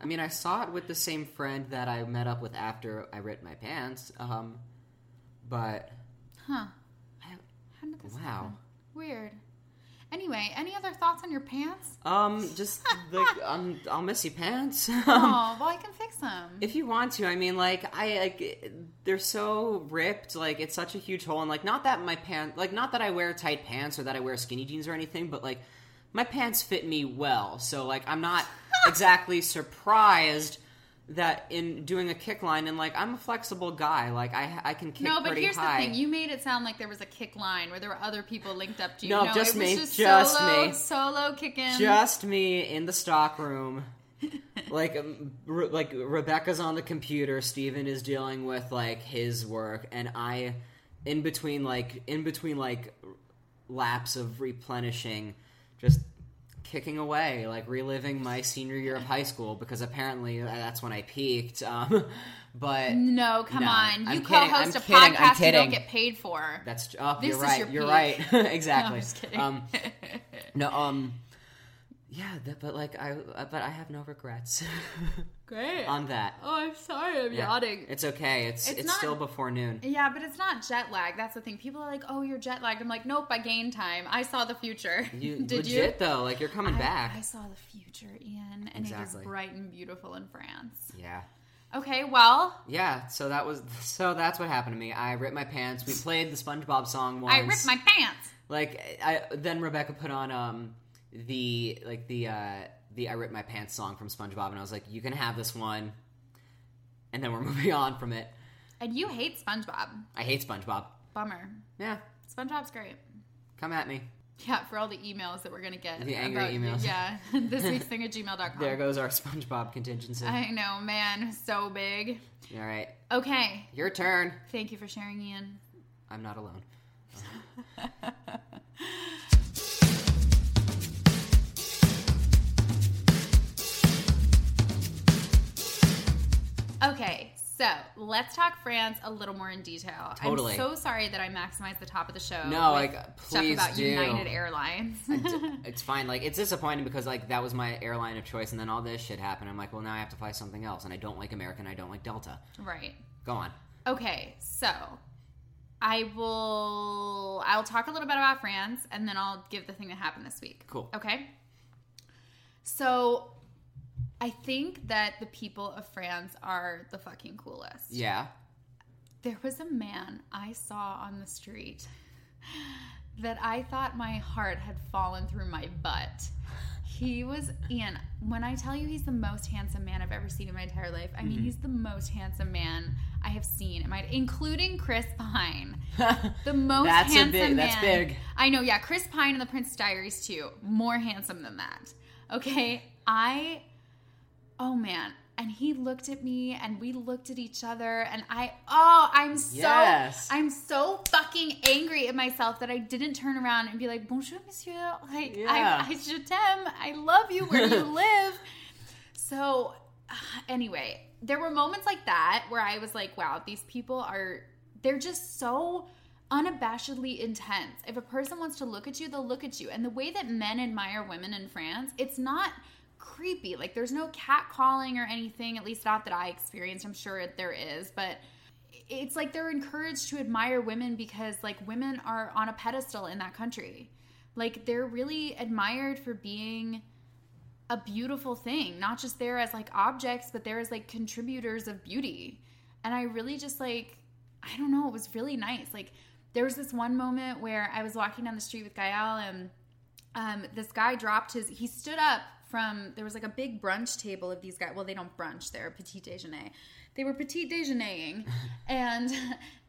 B: I mean, I saw it with the same friend that I met up with after I ripped my pants. Um, but
A: Huh?
B: I,
A: How did this?
B: Wow.
A: Happen? Weird. Anyway, any other thoughts on your pants?
B: Um, just like um, I'll miss you, pants. Um,
A: oh, well, I can fix them.
B: if you want to, I mean, like I like they're so ripped. Like it's such a huge hole, and like not that my pants, like not that I wear tight pants or that I wear skinny jeans or anything, but like my pants fit me well. So like I'm not exactly surprised that in doing a kick line and like I'm a flexible guy. Like I I can kick
A: no, but
B: pretty
A: here's
B: high.
A: the thing. You made it sound like there was a kick line where there were other people linked up to you.
B: No, just
A: it was
B: me,
A: Just,
B: just
A: solo,
B: me.
A: Solo kicking.
B: just me in the stockroom. like um, Re- like Rebecca's on the computer, Steven is dealing with like his work and I in between like in between like laps of replenishing just kicking away like reliving my senior year of high school because apparently that's when I peaked um but
A: no, come
B: No,
A: on. You
B: I'm kidding, I'm
A: co-host a
B: kidding, I'm
A: podcast you
B: kidding.
A: don't get paid for.
B: that's oh,
A: This
B: you're
A: is
B: right
A: your
B: you're
A: peak.
B: right exactly
A: No, I'm just kidding.
B: um no um yeah that, but like I uh, but I have no regrets
A: Great.
B: on that
A: Oh, I'm sorry, I'm
B: um, Yeah.
A: yawning.
B: It's okay. It's
A: It's
B: it's,
A: not-
B: still before noon.
A: yeah, but it's not jet lag. That's the thing. People are like, "Oh, you're jet lagged." I'm like, "Nope, I gained time. I saw the future."
B: You
A: Did
B: legit
A: you?
B: though, like you're coming
A: I,
B: back.
A: I saw the future, Ian, and it
B: Exactly.
A: was bright and beautiful in France.
B: Yeah.
A: Okay, well,
B: Yeah, so that was so that's what happened to me. I ripped my pants. We played the SpongeBob song once.
A: I ripped my pants.
B: like I then Rebecca put on um the like the uh the I Rip My Pants song from SpongeBob, and I was like, you can have this one, and then we're moving on from it.
A: And you hate SpongeBob.
B: I hate SpongeBob.
A: Bummer.
B: Yeah,
A: SpongeBob's great.
B: come at me.
A: Yeah, for all the emails that we're going to get.
B: The angry emails.
A: Yeah, this week's thing at gmail.com.
B: There goes our SpongeBob contingency.
A: Um, I know, man. So big.
B: All right,
A: Okay.
B: your turn.
A: Thank you for sharing, Ian.
B: I'm not alone.
A: Okay, so let's talk France a little more in detail.
B: Totally.
A: I'm so sorry that I maximized the top of the show.
B: No,
A: with
B: like,
A: stuff
B: please
A: about
B: do.
A: United Airlines.
B: It's- it's fine. Like it's disappointing because like that was my airline of choice, and then all this shit happened. I'm like, well, now I have to fly something else, and I don't like American. I don't like Delta.
A: right.
B: Go on.
A: Okay, so I will I'll talk a little bit about France and then I'll give the thing that happened this week.
B: Cool.
A: Okay. So I think that the people of France are the fucking coolest.
B: Yeah.
A: There was a man I saw on the street that I thought my heart had fallen through my butt. He was, Ian, when I tell you he's the most handsome man I've ever seen in my entire life, I mean, he's the most handsome man I have seen in my, including Chris Pine. The most
B: That's a
A: handsome man.
B: big- that's big.
A: I know, yeah. Chris Pine and the Prince Diaries, too. More handsome than that. Okay. I, oh man. And he looked at me and we looked at each other and I, oh, I'm so,
B: Yes.
A: I'm so fucking angry at myself that I didn't turn around and be like, bonjour, monsieur. Like,
B: Yeah.
A: I, I je t'aime. I love you where you live. So, uh, anyway, there were moments like that where I was like, wow, these people are, they're just so unabashedly intense. If a person wants to look at you, they'll look at you. And the way that men admire women in France, it's not creepy. Like, there's no catcalling or anything, at least not that I experienced. I'm sure there is, but it's like they're encouraged to admire women because like women are on a pedestal in that country. Like they're really admired for being a beautiful thing, not just there as like objects, but there as like contributors of beauty. And I really just like I don't know, it was really nice. Like there was this one moment where I was walking down the street with Gael and um, this guy dropped his he stood up from there was like a big brunch table of these guys well they don't brunch they're petit déjeuner they were petit déjeunering and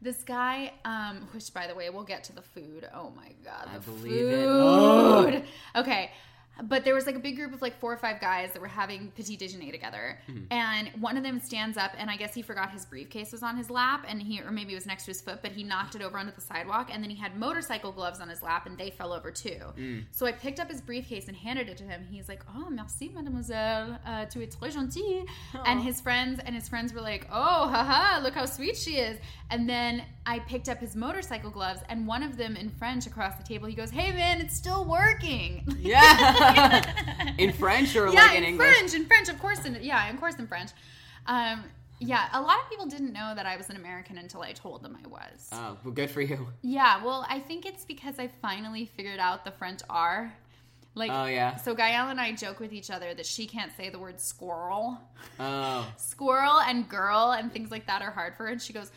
A: this guy um which by the way we'll get to the food oh my god
B: I
A: the
B: believe it.
A: food.
B: Ugh.
A: okay but there was like a big group of like four or five guys that were having petit déjeuner together and one of them stands up and i guess he forgot his briefcase was on his lap and he or maybe it was next to his foot but he knocked it over onto the sidewalk and then he had motorcycle gloves on his lap and they fell over too so i picked up his briefcase and handed it to him he's like oh merci mademoiselle uh, tu es très gentille and his friends and his friends were like oh haha look how sweet she is and then i picked up his motorcycle gloves and one of them in french across the table he goes hey man it's still working
B: Yeah. in French or
A: yeah,
B: like in,
A: in,
B: English?
A: French, in French, of course, in, yeah, of course, in French. Um, yeah, a lot of people didn't know that I was an American until I told them I was.
B: Oh, well, good for you.
A: yeah, well, I think it's because I finally figured out the French R. Like,
B: Oh, yeah.
A: So Gael and I joke with each other that she can't say the word squirrel.
B: Oh,
A: Squirrel and girl and things like that are hard for her, and she goes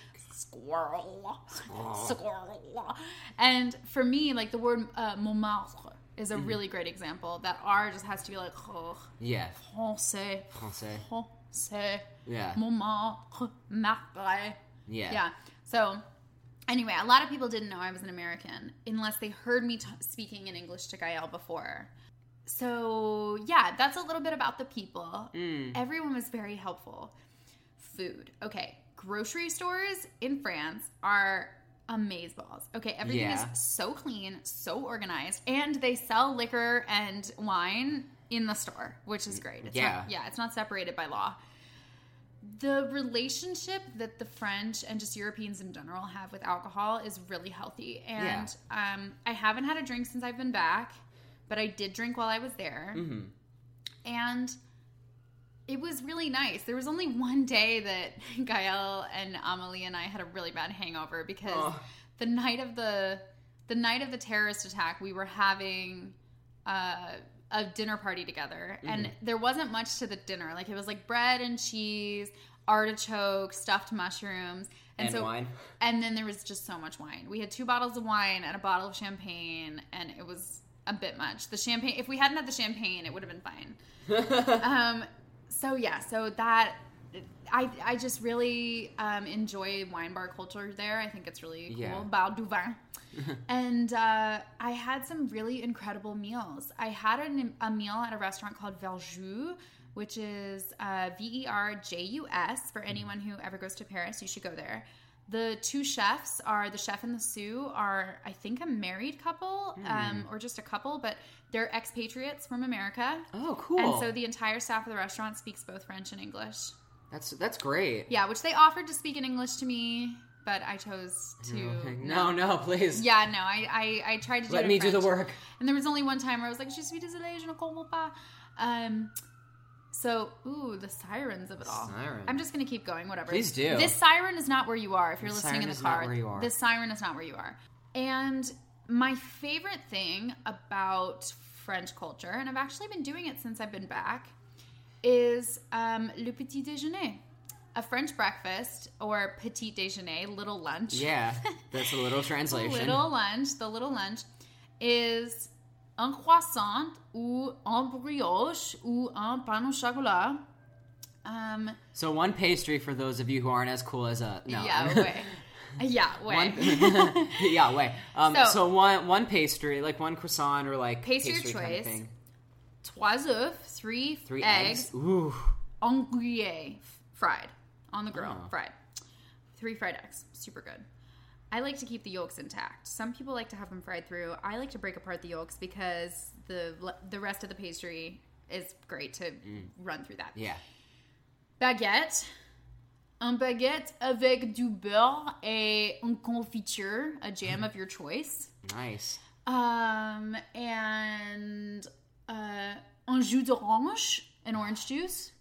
A: squirrel,
B: Squirrel.
A: squirrel. And for me, like the word uh, Montmartre is a really great example. That R just has to be like. oh,
B: yeah.
A: Francais.
B: Francais.
A: Francais.
B: Yeah.
A: Montmartre. Marbre.
B: Yeah.
A: Yeah. So, anyway, a lot of people didn't know I was an American unless they heard me t- speaking in English to Gael before. So, yeah, that's a little bit about the people.
B: Mm.
A: Everyone was very helpful. Food. Okay. Grocery stores in France are amazeballs. Okay. Everything
B: Yeah.
A: is so clean, so organized, and they sell liquor and wine in the store, which is great. It's
B: Mm, Yeah.
A: Not, yeah. It's not separated by law the relationship that the French and just Europeans in general have with alcohol is really healthy. And um, I haven't had a drink since I've been back, but I did drink while I was there.
B: Mm-hmm.
A: And it was really nice. There was only one day that Gael and Amelie and I had a really bad hangover because
B: Oh.
A: the night of the the night of the terrorist attack, we were having uh, a dinner party together, and
B: Mm-hmm.
A: there wasn't much to the dinner. Like it was like bread and cheese, artichoke, stuffed mushrooms,
B: And wine.
A: And then there was just so much wine. We had two bottles of wine and a bottle of champagne, and it was a bit much. The champagne, if we hadn't had the champagne, it would have been fine. um, so yeah, so that I I just really um, enjoy wine bar culture there. I think it's really cool.
B: Yeah.
A: Bar du vin. and uh, I had some really incredible meals. I had an, a meal at a restaurant called Verjus, which is uh, V E R J U S. For anyone who ever goes to Paris, you should go there. The two chefs are the chef and the Sue are, I think, a married couple um, or just a couple, but they're expatriates from America.
B: Oh, cool.
A: And so the entire staff of the restaurant speaks both French and English.
B: that's that's great.
A: Yeah, which they offered to speak in English to me, but I chose to.
B: Mm, Okay. No, no, please.
A: Yeah, no, I, I, I tried to do it
B: Let
A: in
B: me do the
A: French.
B: work.
A: And there was only one time where I was like, "Je suis désolée, je ne comprends pas." Um, so, ooh, the sirens of it all.
B: Sirens.
A: I'm just gonna keep going. Whatever.
B: Please do.
A: This siren is not where you are. If you're
B: This
A: listening in
B: siren
A: the
B: is not
A: car,
B: where you are.
A: this siren is not where you are. And my favorite thing about French culture, and I've actually been doing it since I've been back, is um, le petit déjeuner. A French breakfast or petit déjeuner, little lunch.
B: Yeah, that's a little translation.
A: Little lunch, the little lunch is un croissant ou un brioche ou un pain au chocolat. Um,
B: So one pastry for those of you who aren't as cool as uh no.
A: yeah, way. Yeah, way.
B: One, yeah, way. Um,
A: So-
B: so, one one pastry, like one croissant or like
A: Pastry of
B: kind of
A: choice.
B: thing.
A: Trois œufs, three,
B: Three
A: eggs,
B: eggs. Ooh,
A: en gruyere, fried on the grill,
B: Oh.
A: fried. Three fried eggs, super good. I like to keep the yolks intact. Some people like to have them fried through. I like to break apart the yolks because the the rest of the pastry is great to
B: Mm.
A: run through that.
B: yeah.
A: baguette. Un baguette avec du beurre et une confiture, a jam of your choice.
B: Nice.
A: Um, and uh, un jus d'orange, an orange juice.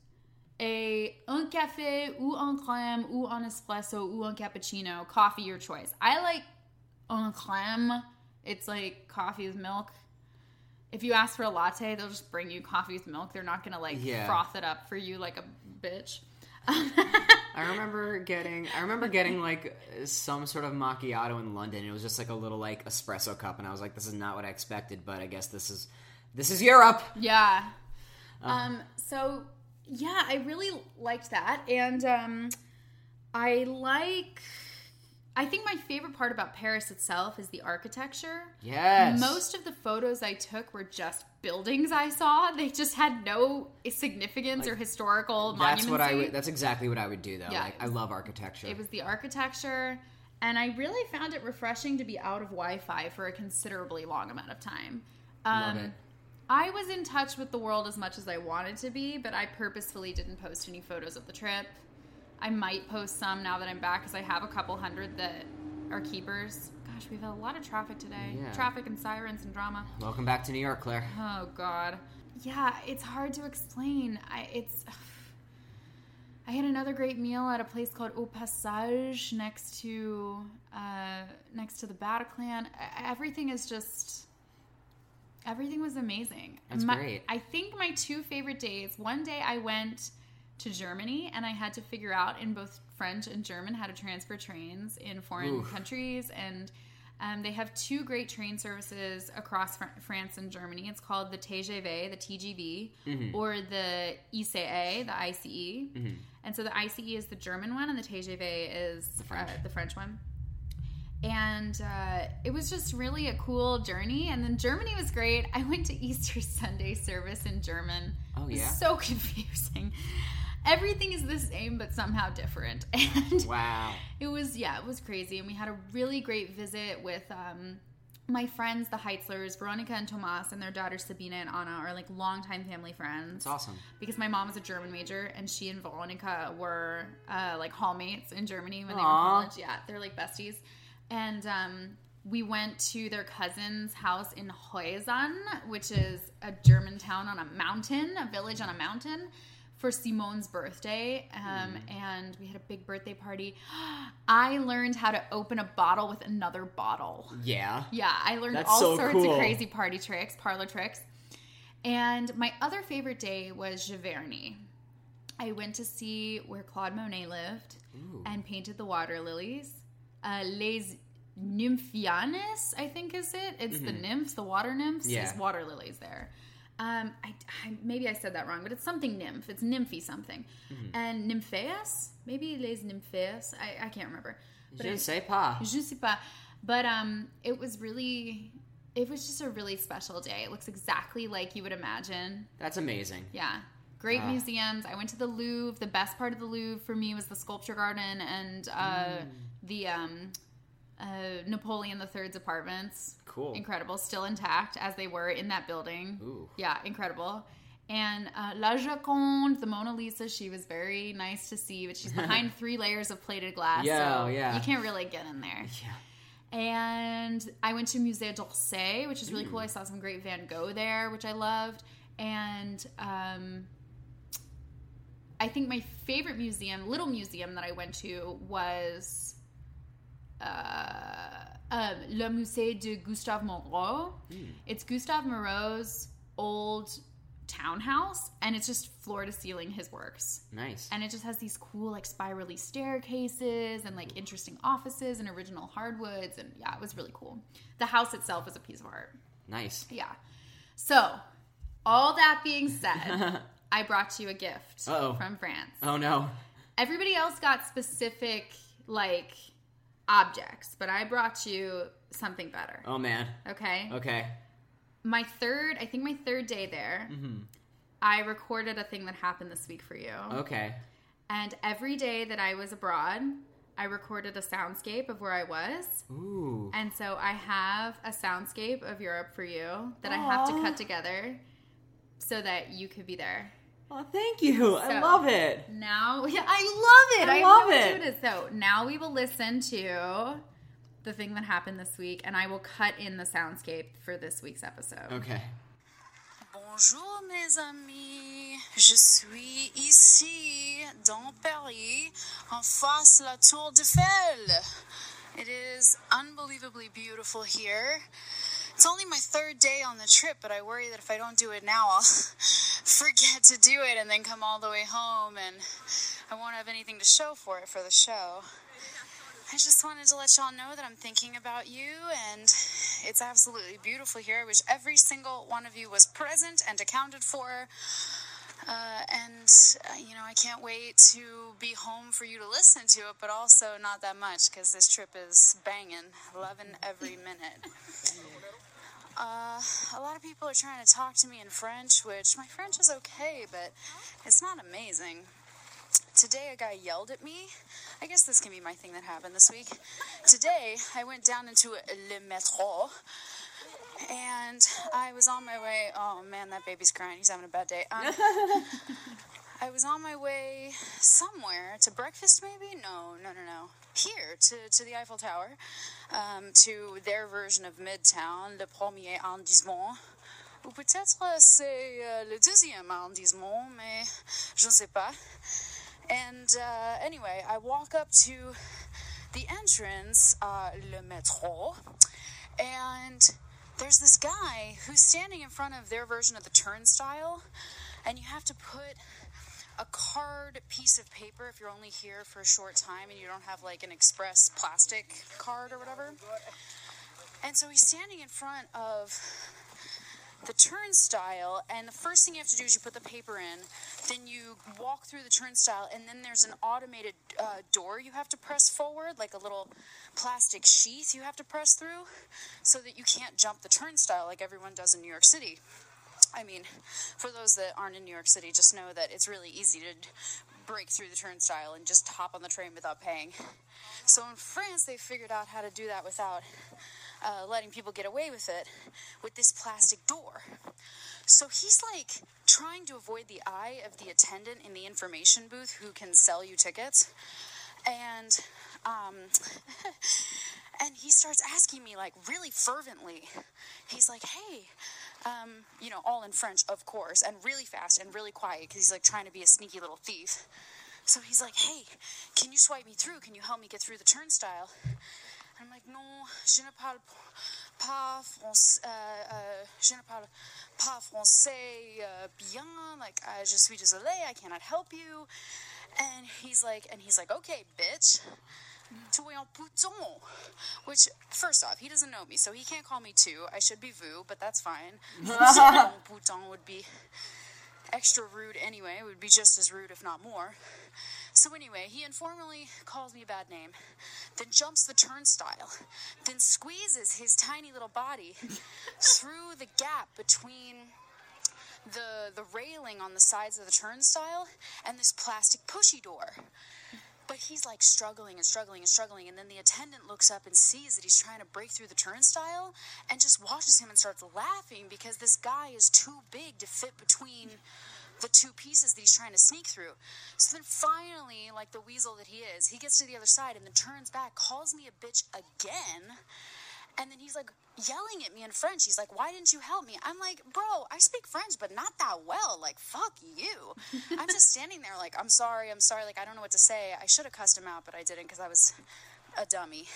A: Et un café ou un crème ou un espresso ou un cappuccino, coffee your choice. I like un crème. It's like coffee with milk. If you ask for a latte, they'll just bring you coffee with milk. They're not gonna like
B: Yeah.
A: froth it up for you like a bitch.
B: I remember getting I remember getting like some sort of macchiato in London. It was just like a little like espresso cup and I was like this is not what I expected, but I guess this is this is Europe.
A: Yeah. Um, so yeah, I really liked that. And um I like I think my favorite part about Paris itself is the architecture.
B: Yes.
A: Most of the photos I took were just buildings I saw. They just had no significance or historical
B: that's
A: monuments.
B: what I
A: to
B: would
A: it.
B: that's exactly what I would do though.
A: Yeah,
B: like
A: it
B: I love architecture.
A: It was the architecture, and I really found it refreshing to be out of Wi-Fi for a considerably long amount of time. Um,
B: Love it.
A: I was in touch with the world as much as I wanted to be, but I purposefully didn't post any photos of the trip. I might post some now that I'm back because I have a couple hundred that are keepers. Gosh, we've had a lot of traffic today.
B: Yeah.
A: Traffic and sirens and drama.
B: Welcome back to New York, Claire.
A: Oh God. Yeah, it's hard to explain. I it's. I had another great meal at a place called Au Passage next to uh, next to the Bataclan. E- Everything is just. Everything was amazing.
B: That's
A: My-
B: great.
A: I think my two favorite days. One day I went to Germany and I had to figure out in both French and German how to transfer trains in foreign
B: Oof.
A: countries. And um, they have two great train services across Fr- France and Germany. It's called the TGV, the TGV,
B: Mm-hmm.
A: or the ICE, the ICE. And so the ICE is the German one, and the TGV is the
B: French.
A: the French one and uh, it was just really a cool journey. And then Germany was great. I went to Easter Sunday service in German.
B: Oh,
A: It was
B: yeah?
A: so confusing. Everything is the same, but somehow different. And
B: Wow.
A: it was yeah, it was crazy. And we had a really great visit with. Um, my friends, the Heitzlers, Veronica and Tomas, and their daughters Sabina and Anna are like longtime family friends
B: It's awesome.
A: because my mom is a German major, and she and Veronica were uh, like hallmates in Germany when they were in
B: Aw.
A: college. Yeah, they're like besties. And um, we went to their cousin's house in Heusen, which is a German town on a mountain, a village on a mountain, for Simone's birthday. Um, And we had a big birthday party. I learned how to open a bottle with another bottle.
B: Yeah.
A: Yeah, I learned
B: That's
A: all
B: so
A: sorts of
B: cool.
A: crazy party tricks, parlor tricks. And my other favorite day was Giverny. I went to see where Claude Monet lived
B: Ooh.
A: and painted the water lilies. Uh, les Nymphianus, I think is it? It's the nymphs, the water nymphs.
B: Mm-hmm. Yeah.
A: There's water lilies there. Um, I, I- maybe I said that wrong, but it's something nymph. It's nymphy something.
B: Mm-hmm.
A: And nymphaeus, maybe les nymphaeus. I, I can't remember. But
B: Je ne
A: it-
B: sais pas.
A: Je sais pas. But um, it was really, it was just a really special day. It looks exactly like you would imagine.
B: That's amazing.
A: Yeah. Great
B: Ah.
A: museums. I went to the Louvre. The best part of the Louvre for me was the sculpture garden and uh,
B: Mm.
A: the um, uh, Napoleon III's apartments.
B: Cool.
A: Incredible. Still intact as they were in that building.
B: Ooh.
A: Yeah, incredible. And uh, La Joconde, the Mona Lisa, she was very nice to see, but she's behind three layers of plated glass.
B: Yeah, oh,
A: so
B: yeah.
A: You can't really get in there.
B: Yeah.
A: And I went to Musée d'Orsay, which is really cool. I saw some great Van Gogh there, which I loved. And um, I think my favorite museum, little museum that I went to, was uh, um, Le Musée de Gustave Moreau. It's Gustave Moreau's old townhouse, and it's just floor to ceiling his works
B: Nice.
A: and it just has these cool like spirally staircases and like interesting offices and original hardwoods and yeah it was really cool the house itself is a piece of art
B: nice.
A: yeah so all that being said i brought you a gift
B: Uh-oh.
A: from france
B: Oh no.
A: everybody else got specific like objects but i brought you something better
B: Oh man.
A: okay
B: Okay.
A: my third i think my third day there
B: Mm-hmm.
A: i recorded a thing that happened this week for you
B: Okay.
A: And every day that I was abroad, I recorded a soundscape of where I was.
B: Ooh.
A: And so I have a soundscape of Europe for you that I have to
B: Aw.
A: cut together so that you could be there.
B: Oh, thank you. I
A: So-
B: love it.
A: Now, yeah, I love it.
B: I
A: I,
B: love
A: love
B: it.
A: it. So now we will listen to the thing that happened this week, and I will cut in the soundscape for this week's episode.
B: Okay.
C: Bonjour mes amis, je suis ici dans Paris en face la Tour de Eiffel. It is unbelievably beautiful here. It's only my third day on the trip, but I worry that if I don't do it now, I'll forget to do it and then come all the way home and I won't have anything to show for it for the show. I just wanted to let y'all know that I'm thinking about you, and it's absolutely beautiful here. I wish every single one of you was present and accounted for. Uh, and, uh, you know, I can't wait to be home for you to listen to it, but also not that much because this trip is banging, loving every minute. Uh, a lot of people are trying to talk to me in French, which my French is okay, but it's not amazing. Today, a guy yelled at me. I guess this can be my thing that happened this week. Today, I went down into Le Metro and I was on my way. Oh man, that baby's crying. He's having a bad day. Um, I was on my way somewhere to breakfast, maybe? No, no, no, no. Here to, to the Eiffel Tower, um, to their version of Midtown, Le Premier Arrondissement. Ou peut-être c'est euh, le deuxième arrondissement, mais je ne sais pas. And uh, anyway, I walk up to the entrance, uh, Le Metro, and there's this guy who's standing in front of their version of the turnstile, and you have to put a card piece of paper if you're only here for a short time and you don't have like an express plastic card or whatever. And so he's standing in front of the turnstile, and the first thing you have to do is you put the paper in, then you walk through the turnstile, and then there's an automated uh, door you have to press forward, like a little plastic sheath you have to press through, so that you can't jump the turnstile like everyone does in New York City. I mean, for those that aren't in New York City, just know that it's really easy to break through the turnstile and just hop on the train without paying. So in France, they figured out how to do that without uh, letting people get away with it with this plastic door. So he's like trying to avoid the eye of the attendant in the information booth who can sell you tickets. And, um, and he starts asking me like really fervently. He's like, hey, um, you know, all in French, of course, and really fast and really quiet because he's like trying to be a sneaky little thief. So he's like, hey, can you swipe me through? Can you help me get through the turnstile? And I'm like, non, je ne parle pas français, uh, uh, je ne parle pas français uh, bien. Like, uh, je suis désolé, I cannot help you. And he's like, and he's like, okay, bitch. Tu voyons Bouton. Which, first off, he doesn't know me, so he can't call me Two. I should be Vu, but that's fine. Salon Bouton would be extra rude anyway. It would be just as rude, if not more. So, anyway, he informally calls me a bad name, then jumps the turnstile, then squeezes his tiny little body through the gap between the the railing on the sides of the turnstile and this plastic pushy door. But he's like struggling and struggling and struggling, and then the attendant looks up and sees that he's trying to break through the turnstile and just watches him and starts laughing because this guy is too big to fit between the two pieces that he's trying to sneak through. So then finally, like the weasel that he is, he gets to the other side and then turns back, calls me a bitch again, and then he's like yelling at me in French. He's like, Why didn't you help me? I'm like, Bro, I speak French, but not that well. Like, fuck you. I'm just standing there, like, I'm sorry, I'm sorry. Like, I don't know what to say. I should have cussed him out, but I didn't because I was a dummy.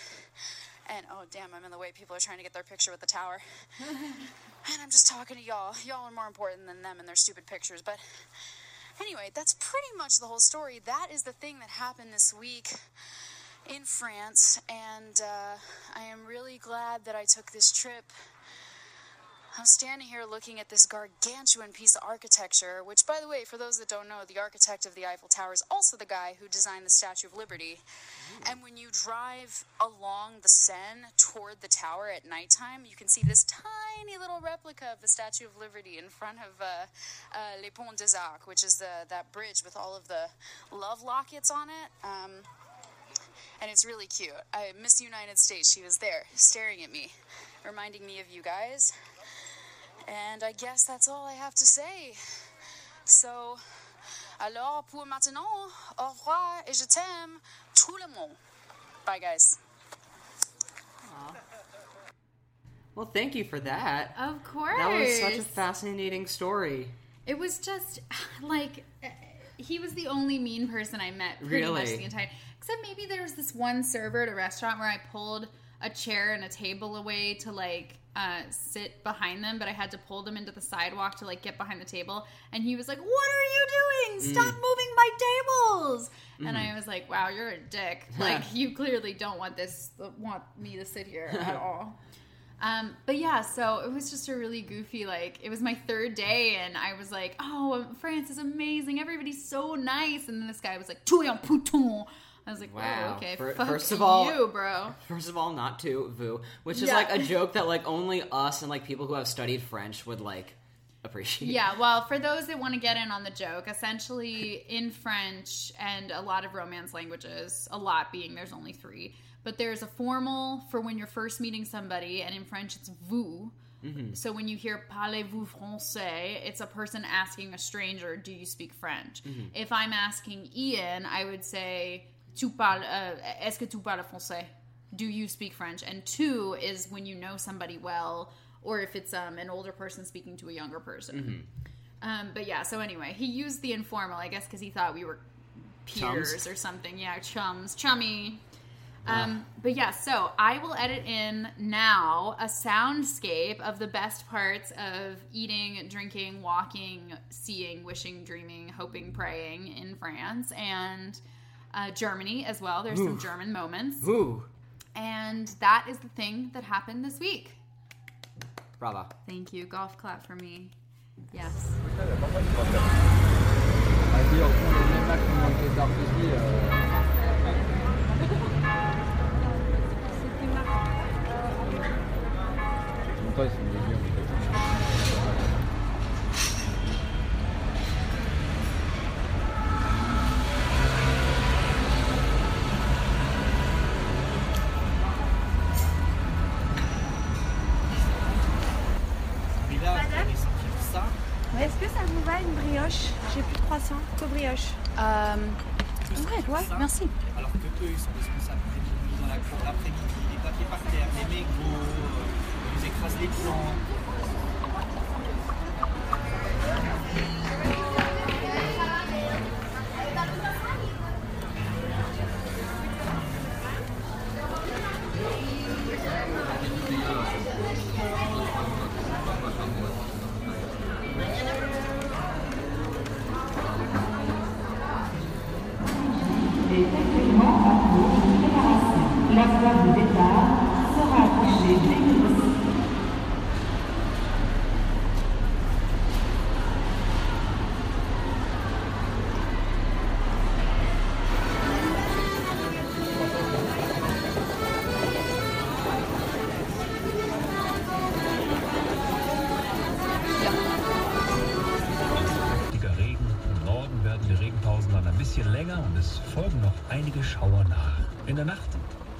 C: And oh, damn, I'm in the way. People are trying to get their picture with the tower. and I'm just talking to y'all. Y'all are more important than them and their stupid pictures. But anyway, that's pretty much the whole story. That is the thing that happened this week in France, and uh, I am really glad that I took this trip. I'm standing here looking at this gargantuan piece of architecture, which, by the way, for those that don't know, the architect of the Eiffel Tower is also the guy who designed the Statue of Liberty. And when you drive along the Seine toward the tower at nighttime, you can see this tiny little replica of the Statue of Liberty in front of uh, uh, Les Ponts des Arcs, which is the, that bridge with all of the love lockets on it. Um, and it's really cute. I, Miss United States, she was there staring at me, reminding me of you guys. And I guess that's all I have to say. So, alors pour maintenant, au revoir et je t'aime, tout le monde. Bye, guys.
B: Well, thank you for that.
A: Of course.
B: That was such a fascinating story.
A: It was just like uh, he was the only mean person I met pretty much
B: Really?
A: the entire. Except maybe there was this one server at a restaurant where I pulled a chair and a table away to like uh, sit behind them, but I had to pull them into the sidewalk to like get behind the table, and he was like, "What are you doing? Stop moving my tables!" And I was like, "Wow, you're a dick. Like you clearly don't want this want me to sit here at all." Um, but yeah, so it was just a really goofy, like, it was my third day, and I was like, oh, France is amazing. Everybody's so nice. And then this guy was like, tu es un putain. I was like, wow.
B: Wow.
A: okay,
B: Fir-
A: fuck
B: first of all-
A: you, bro.
B: First of all, not to vu, which is
A: Yeah.
B: like a joke that like only us and like people who have studied French would like appreciate.
A: Yeah, well, for those that want to get in on the joke, essentially in French and a lot of Romance languages, a lot being there's only three, but there's a formal for when you're first meeting somebody, and in French it's vous. So when you hear parlez-vous français, it's a person asking a stranger, "Do you speak French?" If I'm asking Ian, I would say, "Tu parles? Uh, est-ce que tu parles français?" Do you speak French? And two is when you know somebody well, or if it's um, an older person speaking to a younger person. Um, but yeah, so anyway, he used the informal, I guess, because he thought we were peers
B: Chums?
A: or something. Yeah, chums, chummy. Um, but yeah, so I will edit in now a soundscape of the best parts of eating, drinking, walking, seeing, wishing, dreaming, hoping, praying in France and uh, Germany as well. There's some German moments.
B: Vu,
A: And that is the thing that happened this week.
B: brava.
A: Thank you. Golf clap for me. Yes.
D: Allez, on prend le même acte qu'on manque les arbitres, euh, en même temps, ils sont dégueux, en fait.
E: Est-ce que ça vous va une brioche J'ai plus de croissant qu'aux brioches. Ouais, ouais, merci.
F: Alors que eux, ils sont responsables des bruits dans la cour l'après-midi, les papiers par terre, les mégots, euh, ils écrasent les plantes.
G: Effectivement, à gauche, préparation. L'avoir de départ sera affiché dès que possible.
H: Heftiger Regen. Im Norden werden die Regenpausen dann ein bisschen länger und es folgen noch einige Schauer nach. In der Nacht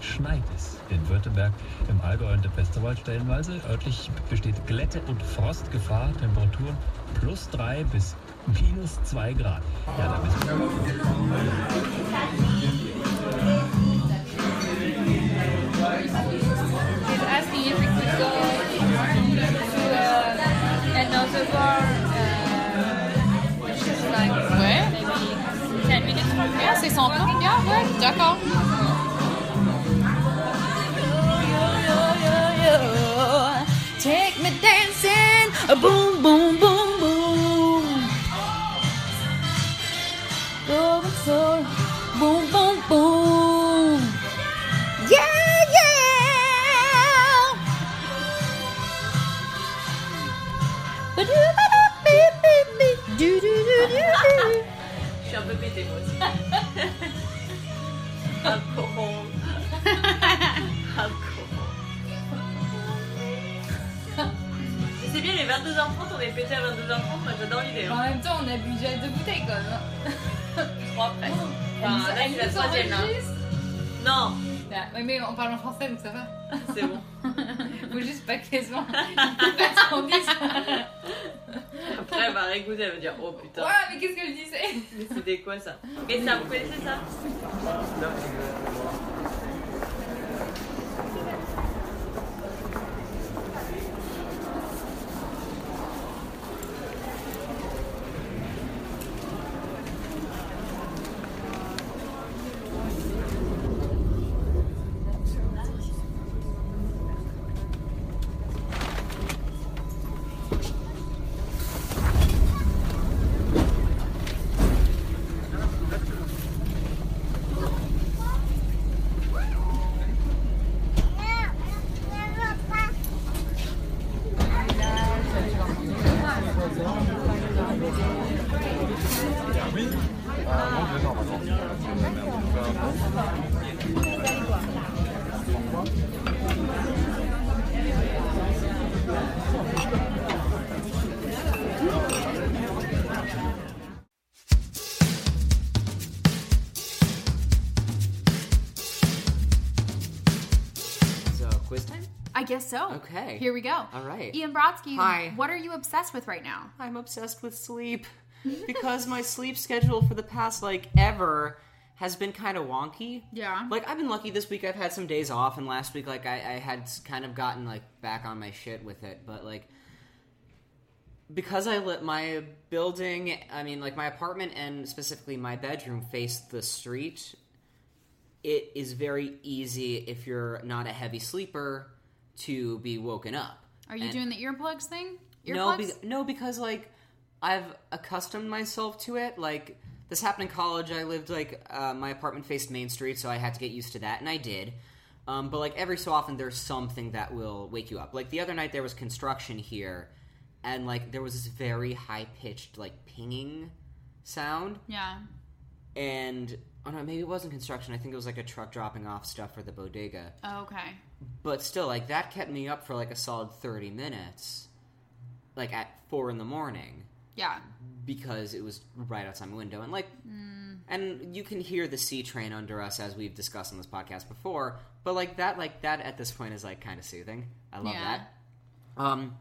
H: schneit es in Württemberg, im Allgäu und im Westerwald stellenweise. Örtlich besteht Glätte- und Frostgefahr, Temperaturen plus 3 bis minus 2 Grad. Ja, da bist du.
I: He's asking if we could go to uh, another bar, uh, which is like
A: Ouais.
I: maybe 10 minutes from
A: Yeah,
I: here.
A: c'est son plan. Yeah, ouais, d'accord. Take me dancing, boom, boom, boom, boom. Going so, boom, boom, boom. Yeah, yeah. Ba-do-ba-da-bi-bi-bi, do-do-do-do-do.
I: Je suis un peu pété moi aussi. Alcohol. Alcohol. Mais C'est bien, les 22h30, on est pété à 22h30, moi j'adore l'idée.
J: En
I: Hein.
J: même temps, on a bu déjà deux bouteilles quand même. hein.
I: Trois après. Enfin, là,
J: Elle
I: c'est la
J: nous
I: troisième. hein. Là.
J: enregistre.
I: Non,
J: Bah, ouais, mais on parle en français donc ça va.
I: c'est bon.
J: Faut juste pas que les gens fassent qu'on dise.
I: Après, elle va réécouter, elle va dire Oh putain,
J: Ouais, mais qu'est-ce que je disais
I: mais c'était quoi ça Mais ça, vous connaissez ça
B: So, quiz time?
A: I guess so.
B: Okay.
A: Here we go.
B: All right.
A: Ian Brodsky,
B: Hi.
A: what are you obsessed with right now?
B: I'm obsessed with sleep because my sleep schedule for the past like ever has been kind of wonky.
A: Yeah.
B: Like I've been lucky this week. I've had some days off, and last week like I, I had s- kind of gotten like back on my shit with it, but like because I lit my building, I mean like my apartment and specifically my bedroom faced the street. It is very easy if you're not a heavy sleeper to be woken up.
A: Are you
B: And-
A: doing the earplugs thing? Earplugs?
B: no, be- no, because like I've accustomed myself to it. Like this happened in college. I lived like uh, my apartment faced Main Street, so I had to get used to that, and I did. Um, but like every so often, there's something that will wake you up. Like the other night, there was construction here, and like there was this very high pitched like pinging sound,
A: yeah.
B: and oh no, maybe it wasn't construction. I think it was like a truck dropping off stuff for the bodega
A: Oh, okay.
B: but still like that kept me up for like a solid 30 minutes like at four in the morning
A: Yeah.
B: because it was right outside my window and like
A: Hmm.
B: and you can hear the sea train under us as we've discussed on this podcast before but like that like that at this point is like kind of soothing i love
A: Yeah.
B: that um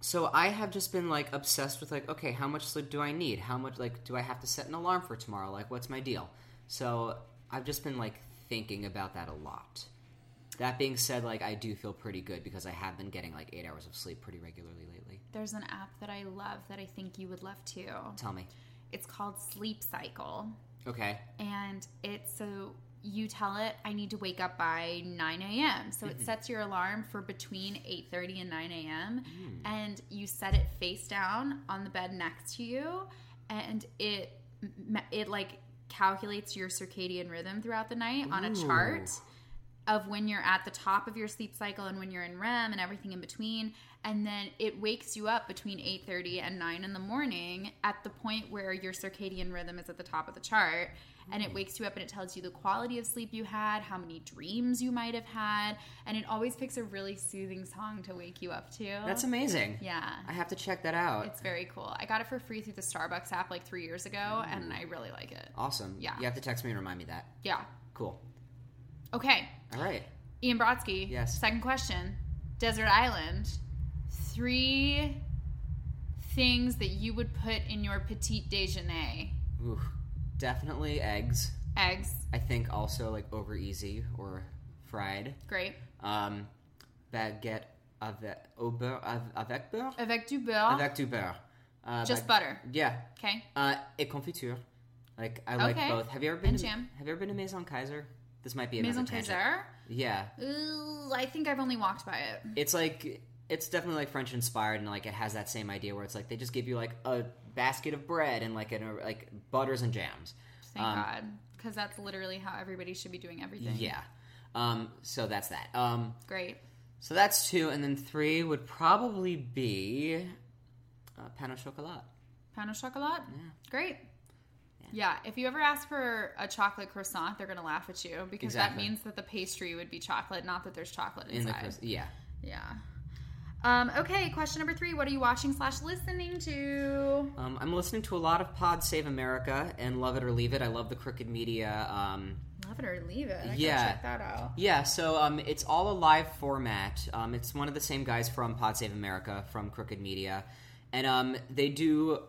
B: so i have just been like obsessed with like okay how much sleep do i need how much like do i have to set an alarm for tomorrow like what's my deal so i've just been like thinking about that a lot that being said like i do feel pretty good because i have been getting like eight hours of sleep pretty regularly lately
A: There's an app that I love that I think you would love too.
B: tell me
A: It's called Sleep Cycle.
B: okay
A: and it's so you tell it I need to wake up by 9 a.m. So it sets your alarm for between 8:30 and 9 a.m. and you set it face down on the bed next to you, and it it like calculates your circadian rhythm throughout the night on a chart. of when you're at the top of your sleep cycle and when you're in REM and everything in between. And then it wakes you up between 8:30 and 9 in the morning at the point where your circadian rhythm is at the top of the chart. And
B: Mm.
A: it wakes you up and it tells you the quality of sleep you had, how many dreams you might have had, and it always picks a really soothing song to wake you up to.
B: That's amazing.
A: Oh. Yeah.
B: I have to check that out.
A: It's very cool. I got it for free through the Starbucks app like three years ago,
B: Mm.
A: and I really like it.
B: awesome.
A: Yeah.
B: You have to text me and remind me that.
A: Yeah.
B: Cool.
A: Okay.
B: All right.
A: Ian Brodsky.
B: Yes.
A: Second question. Desert Island. Three things that you would put in your petite déjeuner.
B: Oof. Definitely eggs.
A: Eggs.
B: I think also like over easy or fried.
A: Great.
B: Um, baguette avec au beurre av- avec beurre
A: Avec du beurre.
B: avec du beurre. Uh,
A: Just
B: bag-
A: butter.
B: Yeah.
A: Okay.
B: Uh, et confiture. Like I like
A: Okay.
B: both. Have you ever been
A: And
B: to,
A: jam.
B: Have you ever been to Maison Kaiser? This might be another
A: Maison
B: tangent.
A: Kaiser.
B: Yeah,
A: Ooh, I think I've only walked by it.
B: it's like it's definitely like French inspired, and like it has that same idea where it's like they just give you like a basket of bread and like an like butters and jams.
A: Thank
B: Um,
A: God. Because that's literally how everybody should be doing everything.
B: Yeah. Um, so that's that. Um,
A: Great.
B: so that's two, and then three would probably be uh, pan au chocolat.
A: Pan au chocolat. Great. Yeah. if you ever ask for a chocolate croissant, they're going to laugh at you because
B: Exactly.
A: that means that the pastry would be chocolate, not that there's chocolate
B: In the
A: inside.
B: cris- yeah.
A: yeah. Um, okay, question number three. What are you watching slash listening to?
B: Um, I'm listening to a lot of Pod Save America and Love It or Leave It. I love the Crooked Media. Um,
A: Love it or leave it. I gotta
B: Yeah.
A: check that out.
B: yeah, so um, it's all a live format. Um, it's one of the same guys from Pod Save America from Crooked Media, and um, they do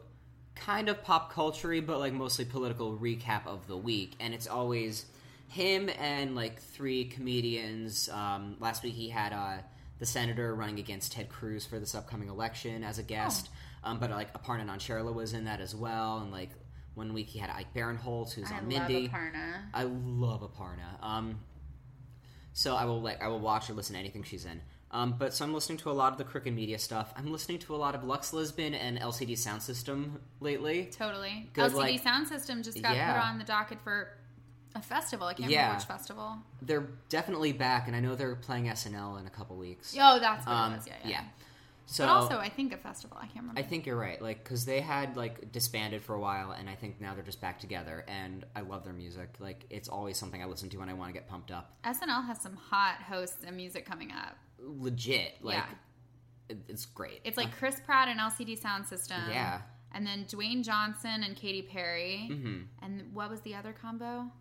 B: kind of pop culture, but like mostly political recap of the week, and it's always him and like three comedians. Um, last week he had uh, the senator running against Ted Cruz for this upcoming election as a guest,
A: Oh.
B: um, but like Aparna Nancherla was in that as well, and like one week he had Ike Barinholtz who's
A: I
B: on
A: love
B: Mindy.
A: Aparna.
B: I love Aparna. Um, so I will like I will watch or listen to anything she's in. Um, but so I'm listening to a lot of the Crooked Media stuff. I'm listening to a lot of Lux Lisbon and LCD Sound System lately.
A: Totally.
B: Good,
A: LCD
B: like-
A: Sound System just got
B: Yeah.
A: put on the docket for a festival. I can't
B: Yeah.
A: remember which festival.
B: They're definitely back, and I know they're playing SNL in a couple weeks. Um,
A: Oh, that's what it was. Yeah, yeah.
B: So
A: but also, uh, I think a festival. I can't remember.
B: I think you're right, like because they had like disbanded for a while, and I think now they're just back together. And I love their music. Like it's always something I listen to when I want to get pumped up.
A: SNL has some hot hosts and music coming up.
B: Legit, like
A: Yeah.
B: it- it's great.
A: It's um, like Chris Pratt and LCD Sound System.
B: Uh. Yeah.
A: And then Dwayne Johnson and Katy Perry.
B: Mhm.
A: And what was the other combo?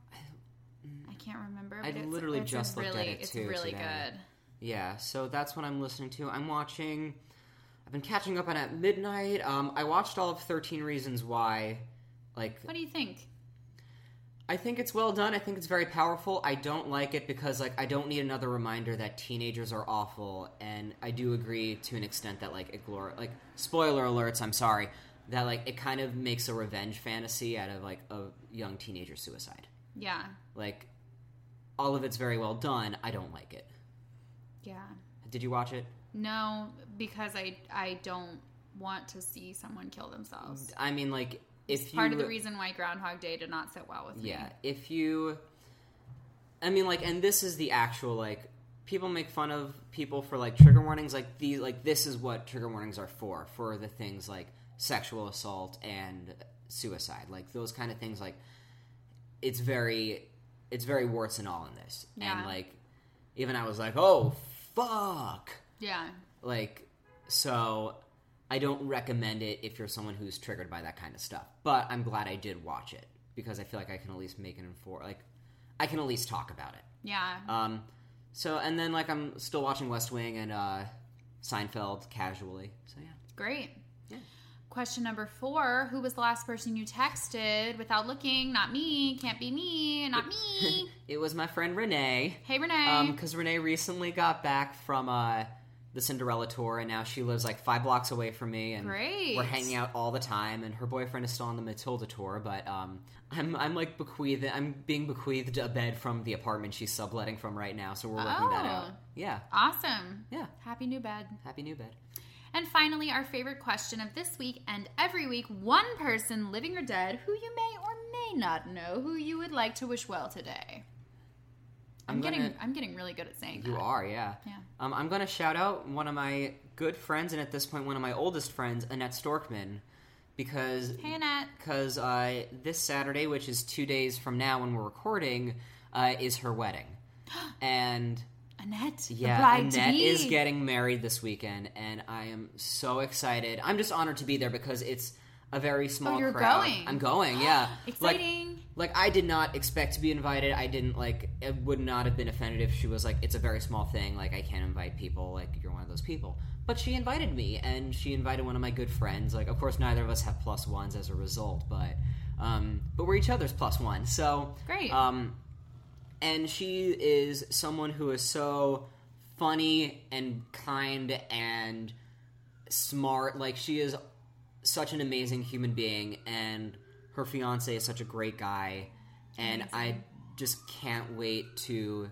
A: I can't remember.
B: I
A: but it's-
B: literally
A: it's a
B: just looked
A: really,
B: at it
A: It's
B: too.
A: really
B: today.
A: good.
B: Yeah, so that's what I'm listening to. I'm watching. I've been catching up on At Midnight. Um, I watched all of Thirteen Reasons Why. Like,
A: What do you think?
B: I think it's well done. I think it's very powerful. I don't like it because, like, I don't need another reminder that teenagers are awful. And I do agree to an extent that, like, it glor- like spoiler alerts. I'm sorry that, like, it kind of makes a revenge fantasy out of like a young teenager suicide.
A: Yeah.
B: Like, all of it's very well done. I don't like it.
A: Yeah.
B: Did you watch it?
A: No, because I I don't want to see someone kill themselves.
B: I mean, like, if
A: It's part
B: you,
A: of the reason why Groundhog Day did not sit well with me.
B: yeah, if you, I mean, like, and this is the actual like people make fun of people for like trigger warnings. Like these, like this is what trigger warnings are for for the things like sexual assault and suicide, like those kind of things. Like, it's very, it's very warts and all in this,
A: Yeah.
B: and like, even I was like, oh fuck,
A: Yeah.
B: like so i don't recommend it if you're someone who's triggered by that kind of stuff but i'm glad i did watch it because i feel like i can at least make an informed like i can at least talk about it
A: Yeah.
B: um so and then like i'm still watching west wing and uh seinfeld casually so yeah
A: Great. Question number four Who was the last person you texted without looking? Not me. Can't be me. Not me.
B: it was my friend renee
A: Hey, Renee.
B: because Um, renee recently got back from uh the cinderella tour and now she lives like five blocks away from me and
A: Great.
B: we're hanging out all the time and her boyfriend is still on the matilda tour but um i'm i'm like bequeathed i'm being bequeathed a bed from the apartment she's subletting from right now so we're working that out
A: Oh.
B: yeah
A: awesome.
B: Yeah.
A: Happy new bed.
B: happy new bed
A: And finally, our favorite question of this week and every week one person, living or dead, who you may or may not know, who you would like to wish well today. I'm,
B: I'm
A: getting
B: gonna-
A: I'm getting really good at saying
B: You
A: that.
B: are, yeah.
A: Yeah.
B: Um, I'm going to shout out one of my good friends, and at this point, one of my oldest friends, Annette Storkman, because
A: Hey Annette.
B: because uh, this Saturday, which is two days from now when we're recording, uh, is her wedding, and
A: Annette.
B: yeah,
A: the bride to
B: Annette
A: be.
B: is getting married this weekend, and I am so excited. I'm just honored to be there because it's a very small
A: you're
B: crowd.
A: going.
B: I'm going, yeah. Like,
A: Exciting.
B: like I did not expect to be invited. I didn't like. It would not have been offended if she was like, "It's a very small thing. Like I can't invite people. Like you're one of those people." But she invited me, and she invited one of my good friends. Like, of course, neither of us have plus ones as a result, but um, but we're each other's plus one. So
A: Great.
B: Um, and she is someone who is so funny and kind and smart. Like she is such an amazing human being, and her fiance is such a great guy. And I just can't wait to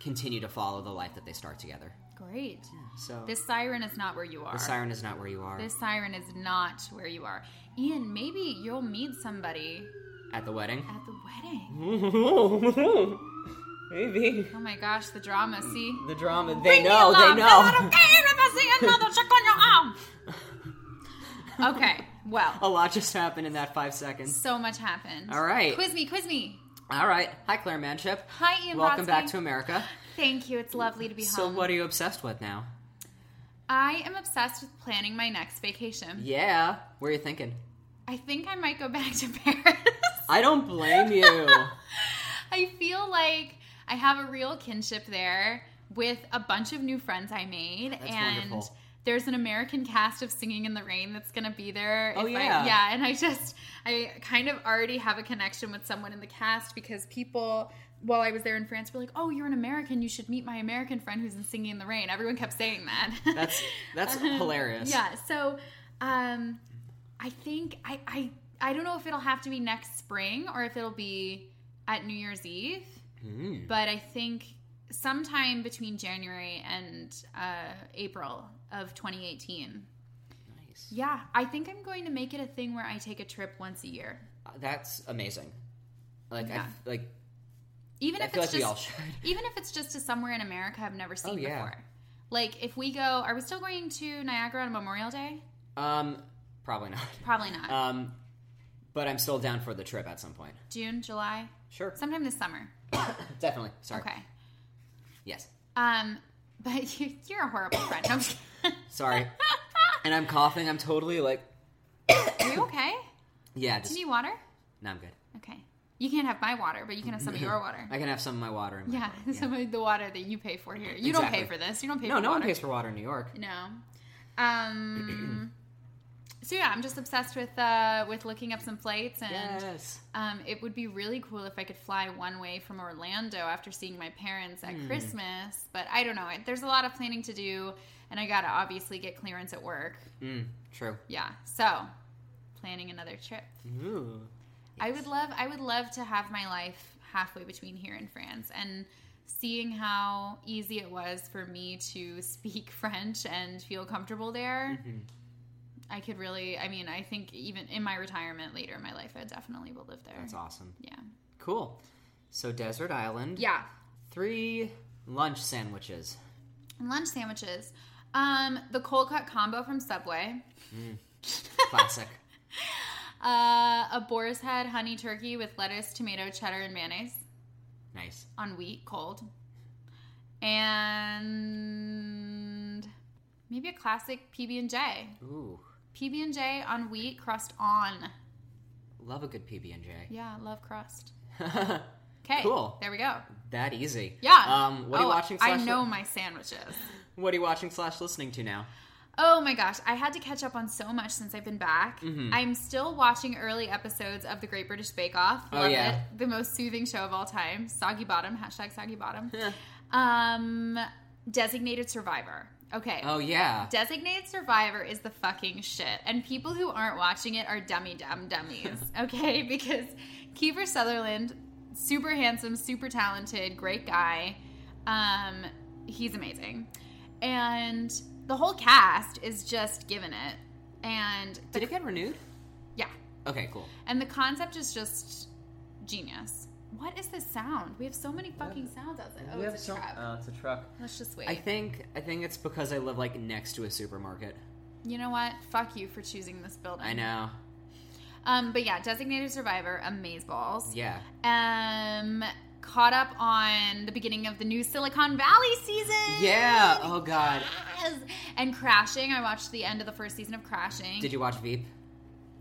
B: continue to follow the life that they start together.
A: Great.
B: So
A: This siren is not where you are.
B: the siren is not where you are
A: This siren is not where you are. Ian, maybe you'll meet somebody
B: at the wedding.
A: at the wedding.
B: Maybe
A: Oh my gosh, the drama. See?
B: the drama. They
A: Bring me
B: know.
A: along.
B: They know.
A: I'm not okay if I see another check on your arm. Okay, well,
B: A lot just happened in that five seconds.
A: so much happened.
B: All right.
A: Quiz me, quiz me.
B: All right. Hi, Claire Manship.
A: Hi, Ian
B: Welcome back
A: Brodsky.
B: to America.
A: Thank you. It's lovely to be
B: So,
A: home.
B: what are you obsessed with now?
A: I am obsessed with planning my next vacation.
B: Yeah. Where are you thinking?
A: I think I might go back to Paris.
B: I don't blame you.
A: I feel like I have a real kinship there with a bunch of new friends I made,
B: That's
A: and
B: wonderful.
A: there's an American cast of Singing in the Rain that's going to be there.
B: Oh,
A: if
B: yeah.
A: I, yeah. And I just I kind of already have a connection with someone in the cast because people. While I was there in France, were like, "Oh, you're an American. You should meet my American friend who's in Singing in the Rain." Everyone kept saying that.
B: That's that's hilarious.
A: Yeah. So, um, I think I, I I don't know if it'll have to be next spring or if it'll be at New Year's Eve.
B: Mm.
A: But I think sometime between January and uh, April of 2018.
B: Nice.
A: Yeah, I think I'm going to make it a thing where I take a trip once a year,
B: Uh, That's amazing. Like
A: Yeah.
B: I like
A: even
B: I
A: if
B: feel
A: it's
B: like we all
A: just
B: should. Oh,
A: even if it's just to somewhere in America I've never seen
B: yeah.
A: before. Like if we go, are we still going to Niagara on Memorial Day?
B: um probably not.
A: Probably not.
B: Um but I'm still down for the trip at some point.
A: June, July,
B: Sure.
A: sometime this summer.
B: Definitely. Sorry.
A: Okay.
B: Yes.
A: Um, but you, you're a horrible friend. I'm just-
B: Sorry. and I'm coughing. I'm totally like
A: Are you okay?
B: yeah,
A: Do
B: just
A: you need water?
B: no, I'm good.
A: Okay. You can't have my water, but you can have some of your water.
B: I can have some of my water in my
A: Yeah,
B: drink,
A: some of the water that you pay for here. You
B: Exactly.
A: don't pay for this. You don't pay
B: No,
A: for
B: no one
A: water.
B: pays for water in New York.
A: No. Um. so yeah, I'm just obsessed with uh with looking up some flights and.
B: Yes.
A: Um, it would be really cool if I could fly one way from Orlando after seeing my parents at
B: Hmm.
A: Christmas, but I don't know. I- There's a lot of planning to do, and I gotta obviously get clearance at work.
B: Mm, true.
A: Yeah, so planning another trip.
B: Ooh.
A: I would love I would love to have my life halfway between here and France and seeing how easy it was for me to speak French and feel comfortable there. I could really I mean, I think even in my retirement later in my life I definitely will live there.
B: That's awesome.
A: Yeah.
B: Cool. So desert island.
A: Yeah.
B: Three lunch sandwiches.
A: And lunch sandwiches. Um the cold cut combo from Subway.
B: Classic.
A: Uh a boar's head honey turkey with lettuce, tomato, cheddar and mayonnaise.
B: nice.
A: on wheat cold and maybe a classic pb&j
B: Ooh.
A: pb&j on wheat crust on
B: Love a good PB and J.
A: yeah I love crust okay
B: Cool.
A: there we go
B: That easy.
A: yeah
B: Um, what are
A: Oh,
B: you watching?
A: i
B: Slash
A: know my sandwiches
B: What are you watching slash listening to now?
A: Oh my gosh, I had to catch up on so much since I've been back.
B: Mm-hmm.
A: I'm still watching early episodes of The Great British Bake Off.
B: Oh,
A: Love
B: yeah.
A: it. The most soothing show of all time. Soggy Bottom, hashtag Soggy Bottom. um, Designated Survivor. Okay.
B: Oh yeah.
A: Designated Survivor is the fucking shit. And people who aren't watching it are dummy dumb dummies. Okay? Because Kiefer Sutherland, super handsome, super talented, great guy. Um, he's amazing. And the whole cast is just giving it. And
B: Did it get renewed?
A: yeah.
B: Okay, cool.
A: And the concept is just genius. What is this sound? We have so many fucking sounds outside. Oh,
B: We have
A: it's a
B: so-
A: trap.
B: Oh, it's a truck.
A: Let's just wait.
B: I think I think it's because I live like next to a supermarket.
A: You know what? Fuck you for choosing this building.
B: I know.
A: Um, but yeah, designated survivor, amazeballs.
B: Yeah.
A: Um, caught up on the beginning of the new Silicon Valley season.
B: Yeah. Oh God.
A: Yes. And crashing. I watched the end of the first season of Crashing.
B: Did you watch Veep?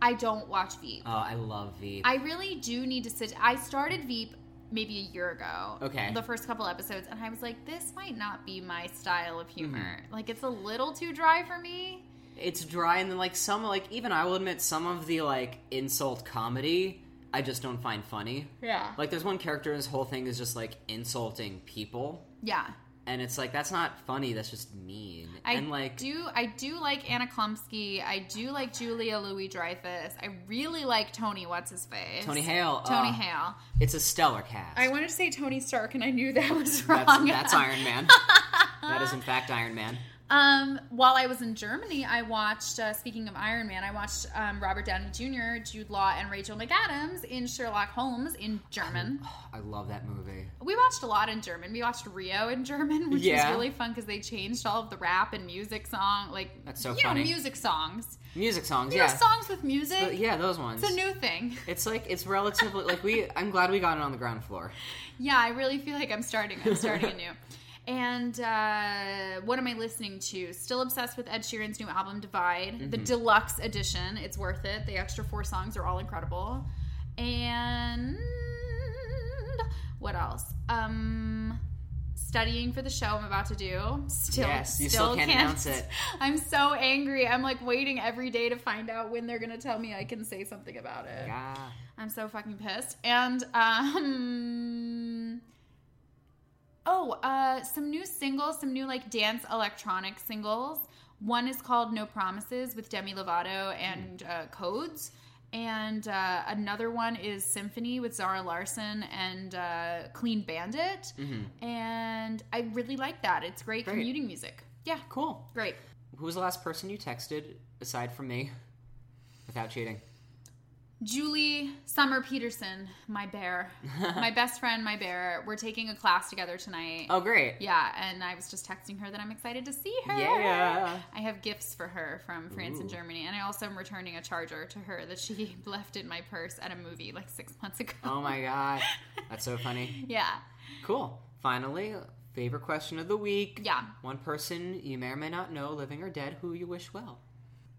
A: I don't watch Veep.
B: Oh, I love Veep.
A: I really do need to sit. I started Veep maybe a year ago.
B: Okay.
A: The first couple episodes, and I was like, this might not be my style of
B: Mm-hmm.
A: humor. Like, it's a little too dry for me.
B: It's dry, and then like some like even I will admit some of the like insult comedy I just don't find funny.
A: Yeah.
B: Like there's one character in this whole thing is just like insulting people,
A: Yeah.
B: and it's like that's not funny. That's just mean.
A: I
B: and like
A: do I do like Anna Klumsky. I do like Julia Louis Dreyfus. I really like Tony. What's his face?
B: Tony Hale.
A: Tony
B: uh,
A: Hale.
B: It's a stellar cast.
A: I wanted to say Tony Stark, and I knew that was
B: that's,
A: wrong.
B: that's Iron Man. that is in fact Iron Man.
A: Um, while I was in Germany, I watched. Uh, speaking of Iron Man, I watched um, Robert Downey Jr., Jude Law, and Rachel McAdams in Sherlock Holmes in German.
B: I love that movie.
A: We watched a lot in German. We watched Rio in German, which
B: Yeah.
A: was really fun because they changed all of the rap and music song, like
B: That's so
A: you
B: funny.
A: know, music songs.
B: Music songs,
A: You
B: yeah.
A: know, songs with music.
B: Th- yeah, those ones.
A: It's a new thing.
B: It's like it's relatively like we. I'm glad we got it on the ground floor.
A: Yeah, I really feel like I'm starting. I'm starting anew. And uh, what am I listening to? Still obsessed with Ed Sheeran's new album, Divide, the
B: Mhm.
A: deluxe edition. It's worth it. The extra four songs are all incredible. And what else? Um, studying for the show I'm about to do. Still,
B: Yes, you still can't announce it.
A: I'm so angry. I'm like waiting every day to find out when they're gonna tell me I can say something about it.
B: Yeah.
A: I'm so fucking pissed. And um Oh, uh some new singles, some new like dance electronic singles. One is called No Promises with Demi Lovato and uh, Codes. And uh, another one is Symphony with Zara Larson and uh, Clean Bandit.
B: Mhm.
A: And I really like that. It's great,
B: Great.
A: commuting music. Yeah.
B: Cool.
A: Great.
B: Who was the last person you texted aside from me? Without cheating.
A: Julie Summer Peterson, my bear, my best friend, my bear. We're taking a class together tonight.
B: Oh, great.
A: Yeah, and I was just texting her that I'm excited to see her.
B: Yeah.
A: I have gifts for her from France and
B: Ooh.
A: Germany, and I also am returning a charger to her that she left in my purse at a movie like six months ago.
B: Oh my god, that's so funny.
A: Yeah,
B: Cool. Finally, favorite question of the week.
A: yeah.
B: One person you may or may not know, living or dead, who you wish well.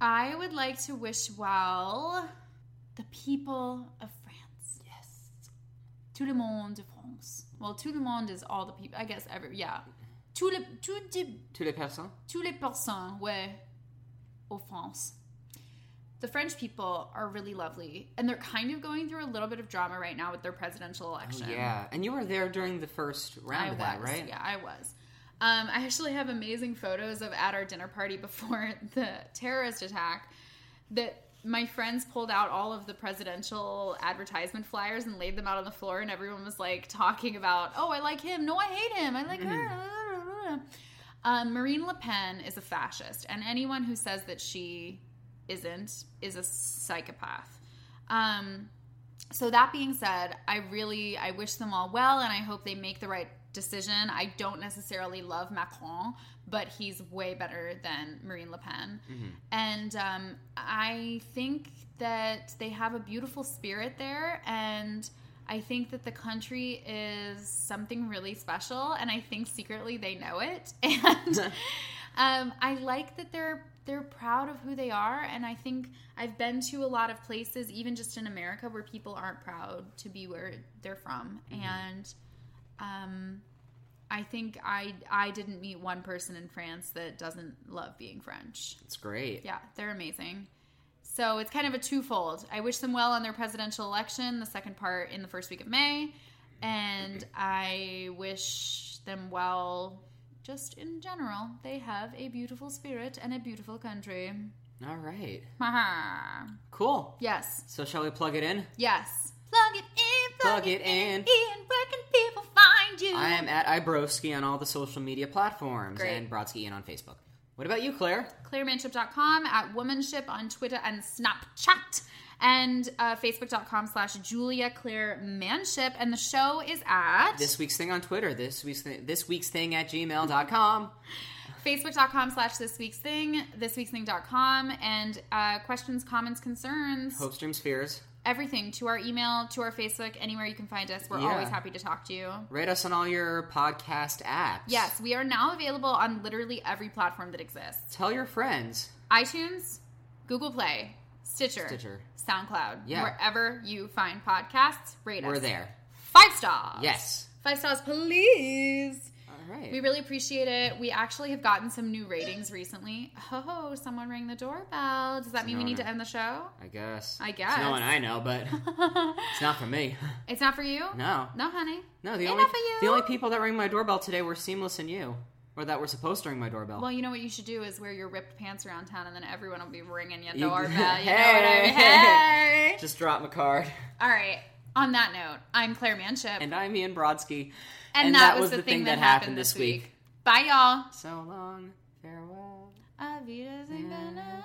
A: I would like to wish well the people of France. Yes. Tout le monde de France. Well, tout le monde is all the people. I guess every yeah. Tout le tout de
B: Tous les personnes.
A: tous les personnes, ouais, au France. The French people are really lovely, and they're kind of going through a little bit of drama right now with their presidential election.
B: Yeah, and you were there during the first round
A: I
B: of that,
A: was.
B: right?
A: Yeah, I was. Um, I actually have amazing photos of at our dinner party before the terrorist attack that my friends pulled out all of the presidential advertisement flyers and laid them out on the floor, and everyone was like talking about, "Oh, I like him. No, I hate him. I like her." Um, Marine Le Pen is a fascist, and anyone who says that she isn't is a psychopath. Um, so that being said, I really I wish them all well, and I hope they make the right decision. I don't necessarily love Macron, but he's way better than Marine Le Pen, and um, I think that they have a beautiful spirit there, and. I think that the country is something really special, and I think secretly they know it. And um, I like that they're they're proud of who they are, and I think I've been to a lot of places, even just in America, where people aren't proud to be where they're from, and um, I think I I didn't meet one person in France that doesn't love being French.
B: It's great.
A: Yeah, they're amazing. So it's kind of a twofold. I wish them well on their presidential election, the second part in the first week of May, and I wish them well just in general. They have a beautiful spirit and a beautiful country.
B: All right.
A: Haha.
B: Cool.
A: yes,
B: So shall we plug it in?
A: yes. Plug it in, plug,
B: Plug it in.
A: in. Where can people find you?
B: I am at Ibrowski on all the social media platforms
A: Great.
B: and Brodsky Ian on Facebook. What about you, Claire?
A: ClaireManship.com, at womanship on Twitter and Snapchat, and uh, Facebook.com slash Julia Claire Manship. And the show is at
B: This week's thing on Twitter. This week's thing, this week's thing at gmail.com.
A: Facebook.com slash This Week's Thing, ThisWeek'sThing.com, and uh, questions, comments, concerns,
B: Hope streams fears.
A: everything to our email, to our Facebook, anywhere you can find us. We're
B: Yeah.
A: always happy to talk to you.
B: Rate us on all your podcast apps.
A: Yes, we are now available on literally every platform that exists.
B: Tell your friends.
A: iTunes, Google Play, Stitcher,
B: Stitcher.
A: SoundCloud.
B: Yeah.
A: Wherever you find podcasts, rate us.
B: We're there.
A: Five stars.
B: Yes.
A: Five stars, please.
B: All right.
A: We really appreciate it. We actually have gotten some new ratings recently. Oh, someone rang the doorbell. Does that mean we
B: No,
A: need
B: no.
A: to end the show?
B: I guess.
A: I
B: It's
A: guess.
B: no one I know, but it's not for me.
A: It's not for you?
B: No.
A: No, honey.
B: No, the
A: Ain't
B: only
A: not for you.
B: the only people that ring my doorbell today were Seamless and you, or that were supposed to ring my doorbell.
A: Well, you know what you should do is wear your ripped pants around town, and then everyone will be ringing your
B: You-
A: doorbell. You know what I mean? Hey.
B: Just drop my card.
A: All right. On that note, I'm Claire Manship.
B: And I'm Ian Brodsky.
A: And, that, was, the thing, that happened this week. Bye, y'all.
B: So long, farewell.
A: Avita Zingana.